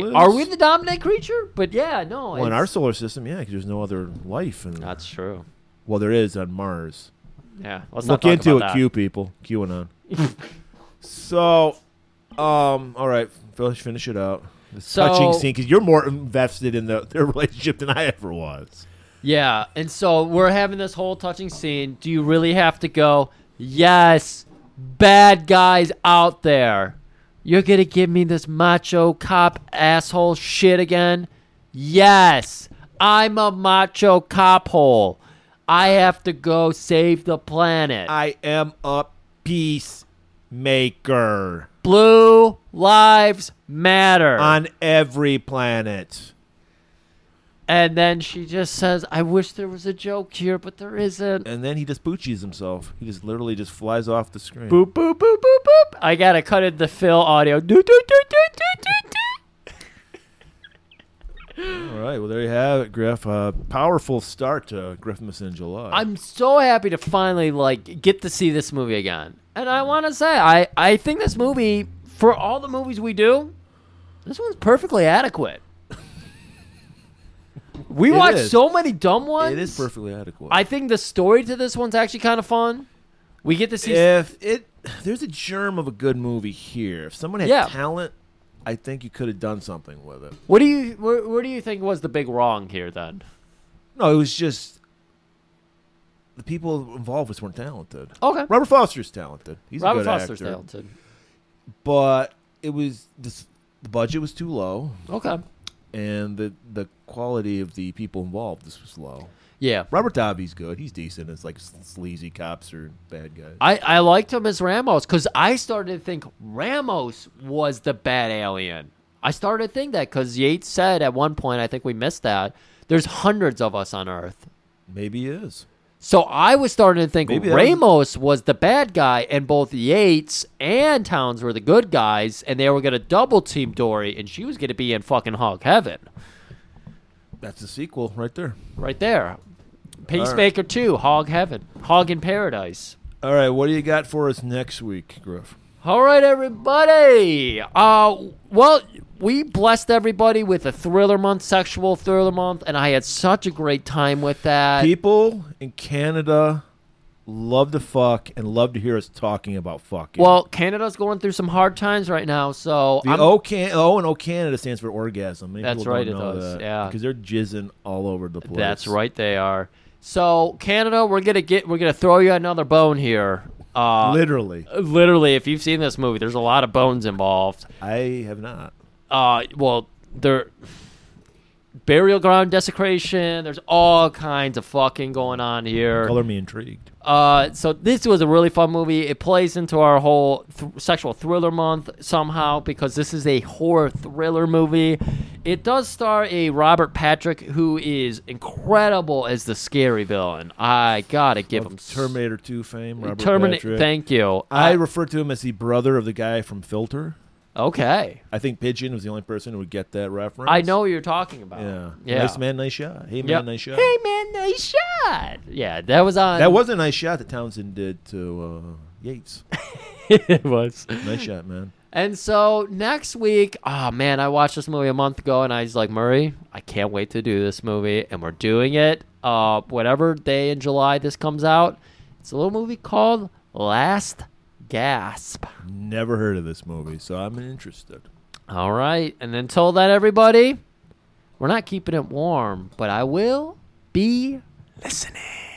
A: black hole is.
B: Are we the dominant creature? But yeah, no.
A: Well, in
B: it's-
A: our solar system, yeah, because there's no other life. And
B: That's true.
A: well, there is on Mars.
B: Yeah. Let's not
A: Look
B: talk
A: into it,
B: about that.
A: Q people,
B: [laughs]
A: QAnon. so, um, all right, finish finish it out. The
B: So-
A: touching scene because you're more invested in the, their [laughs] relationship than I ever was.
B: Yeah, and so we're having this whole touching scene. Do you really have to go? Yes, bad guys out there. You're gonna give me this macho cop asshole shit again? Yes, I'm a macho cop hole. I have to go save the planet.
A: I am a peacemaker
B: Blue lives matter.
A: on every planet.
B: and then she just says, "I wish there was a joke here, but there isn't."
A: And then he just poochies himself. He just literally just flies off the screen.
B: boop boop boop boop boop. I gotta cut in the fill audio. Do do do do do do do.
A: All right, well there you have it, Griff. Uh, powerful start to Griffmas in July.
B: I'm so happy to finally like get to see this movie again, and I want to say I I think this movie for all the movies we do, this one's perfectly adequate. [laughs] We
A: It
B: watch
A: is.
B: so many dumb ones.
A: it is perfectly adequate.
B: I think the story to this one's actually kind of fun. We get to see.
A: if it there's a germ of a good movie here. If someone had
B: Yeah.
A: talent, I think you could have done something with it.
B: What do you where, where do you think was the big wrong here then?
A: No, it was just the people involved just weren't talented.
B: Okay,
A: Robert Foster's talented. He's a
B: Robert
A: good
B: Foster's
A: actor.
B: talented.
A: But it was this, the budget was too low,
B: Okay,
A: and the the quality of the people involved this was low.
B: yeah.
A: Robert Dobby's good. He's decent. It's like sleazy cops or bad guys.
B: I, I liked him as Ramos because I started to think Ramos was the bad alien. I started to think that because Yates said at one point, I think we missed that, there's hundreds of us on Earth.
A: Maybe he is.
B: So I was starting to think
A: Maybe that was-
B: Ramos was... the bad guy, and both Yates and Towns were the good guys, and they were going to double team Dory, and she was going to be in fucking hog heaven
A: That's the sequel right there.
B: right there. Peacemaker 2, hog heaven, hog in paradise.
A: All right, what do you got for us next week, Griff?
B: All right, everybody. Uh, well, we blessed everybody with a thriller month, sexual thriller month, and I had such a great time with that.
A: People in Canada love to fuck and love to hear us talking about fucking.
B: well, Canada's going through some hard times right now, so
A: the
B: I'm-
A: O, can- o and O Canada stands for orgasm. Many
B: That's
A: people
B: right,
A: Don't
B: it
A: know
B: does,
A: that
B: yeah.
A: because they're jizzing all over the place.
B: that's right, they are. So Canada, we're gonna get, we're gonna throw you another bone here. Uh,
A: Literally,
B: literally, if you've seen this movie, there's a lot of bones involved.
A: I have not.
B: uh well there burial ground desecration there's all kinds of fucking going on here
A: Color me intrigued.
B: uh so this was a really fun movie it plays into our whole th- sexual thriller month somehow because this is a horror thriller movie it does star a robert patrick who is incredible as the scary villain i gotta give him s-
A: Terminator Two fame. Robert
B: Termina-
A: Patrick.
B: thank you
A: I
B: Uh,
A: refer to him as the brother of the guy from Filter.
B: Okay.
A: I think Pigeon was the only person who would get that reference.
B: I know what you're talking about.
A: Yeah.
B: Yeah.
A: Nice man, nice shot. Hey man,
B: Yep.
A: nice shot.
B: Hey man, nice shot. Yeah, that was on.
A: That was a nice shot that Townsend did to uh, Yates.
B: [laughs] it was.
A: Nice shot, man.
B: And so next week, oh man, I watched this movie a month ago, and I was like, Murray, I can't wait to do this movie, and we're doing it. Uh, whatever day in July this comes out, it's a little movie called Last Gasp.
A: Never heard of this movie, so I'm interested.
B: All right, and until then, everybody, we're not keeping it warm, but I will be listening.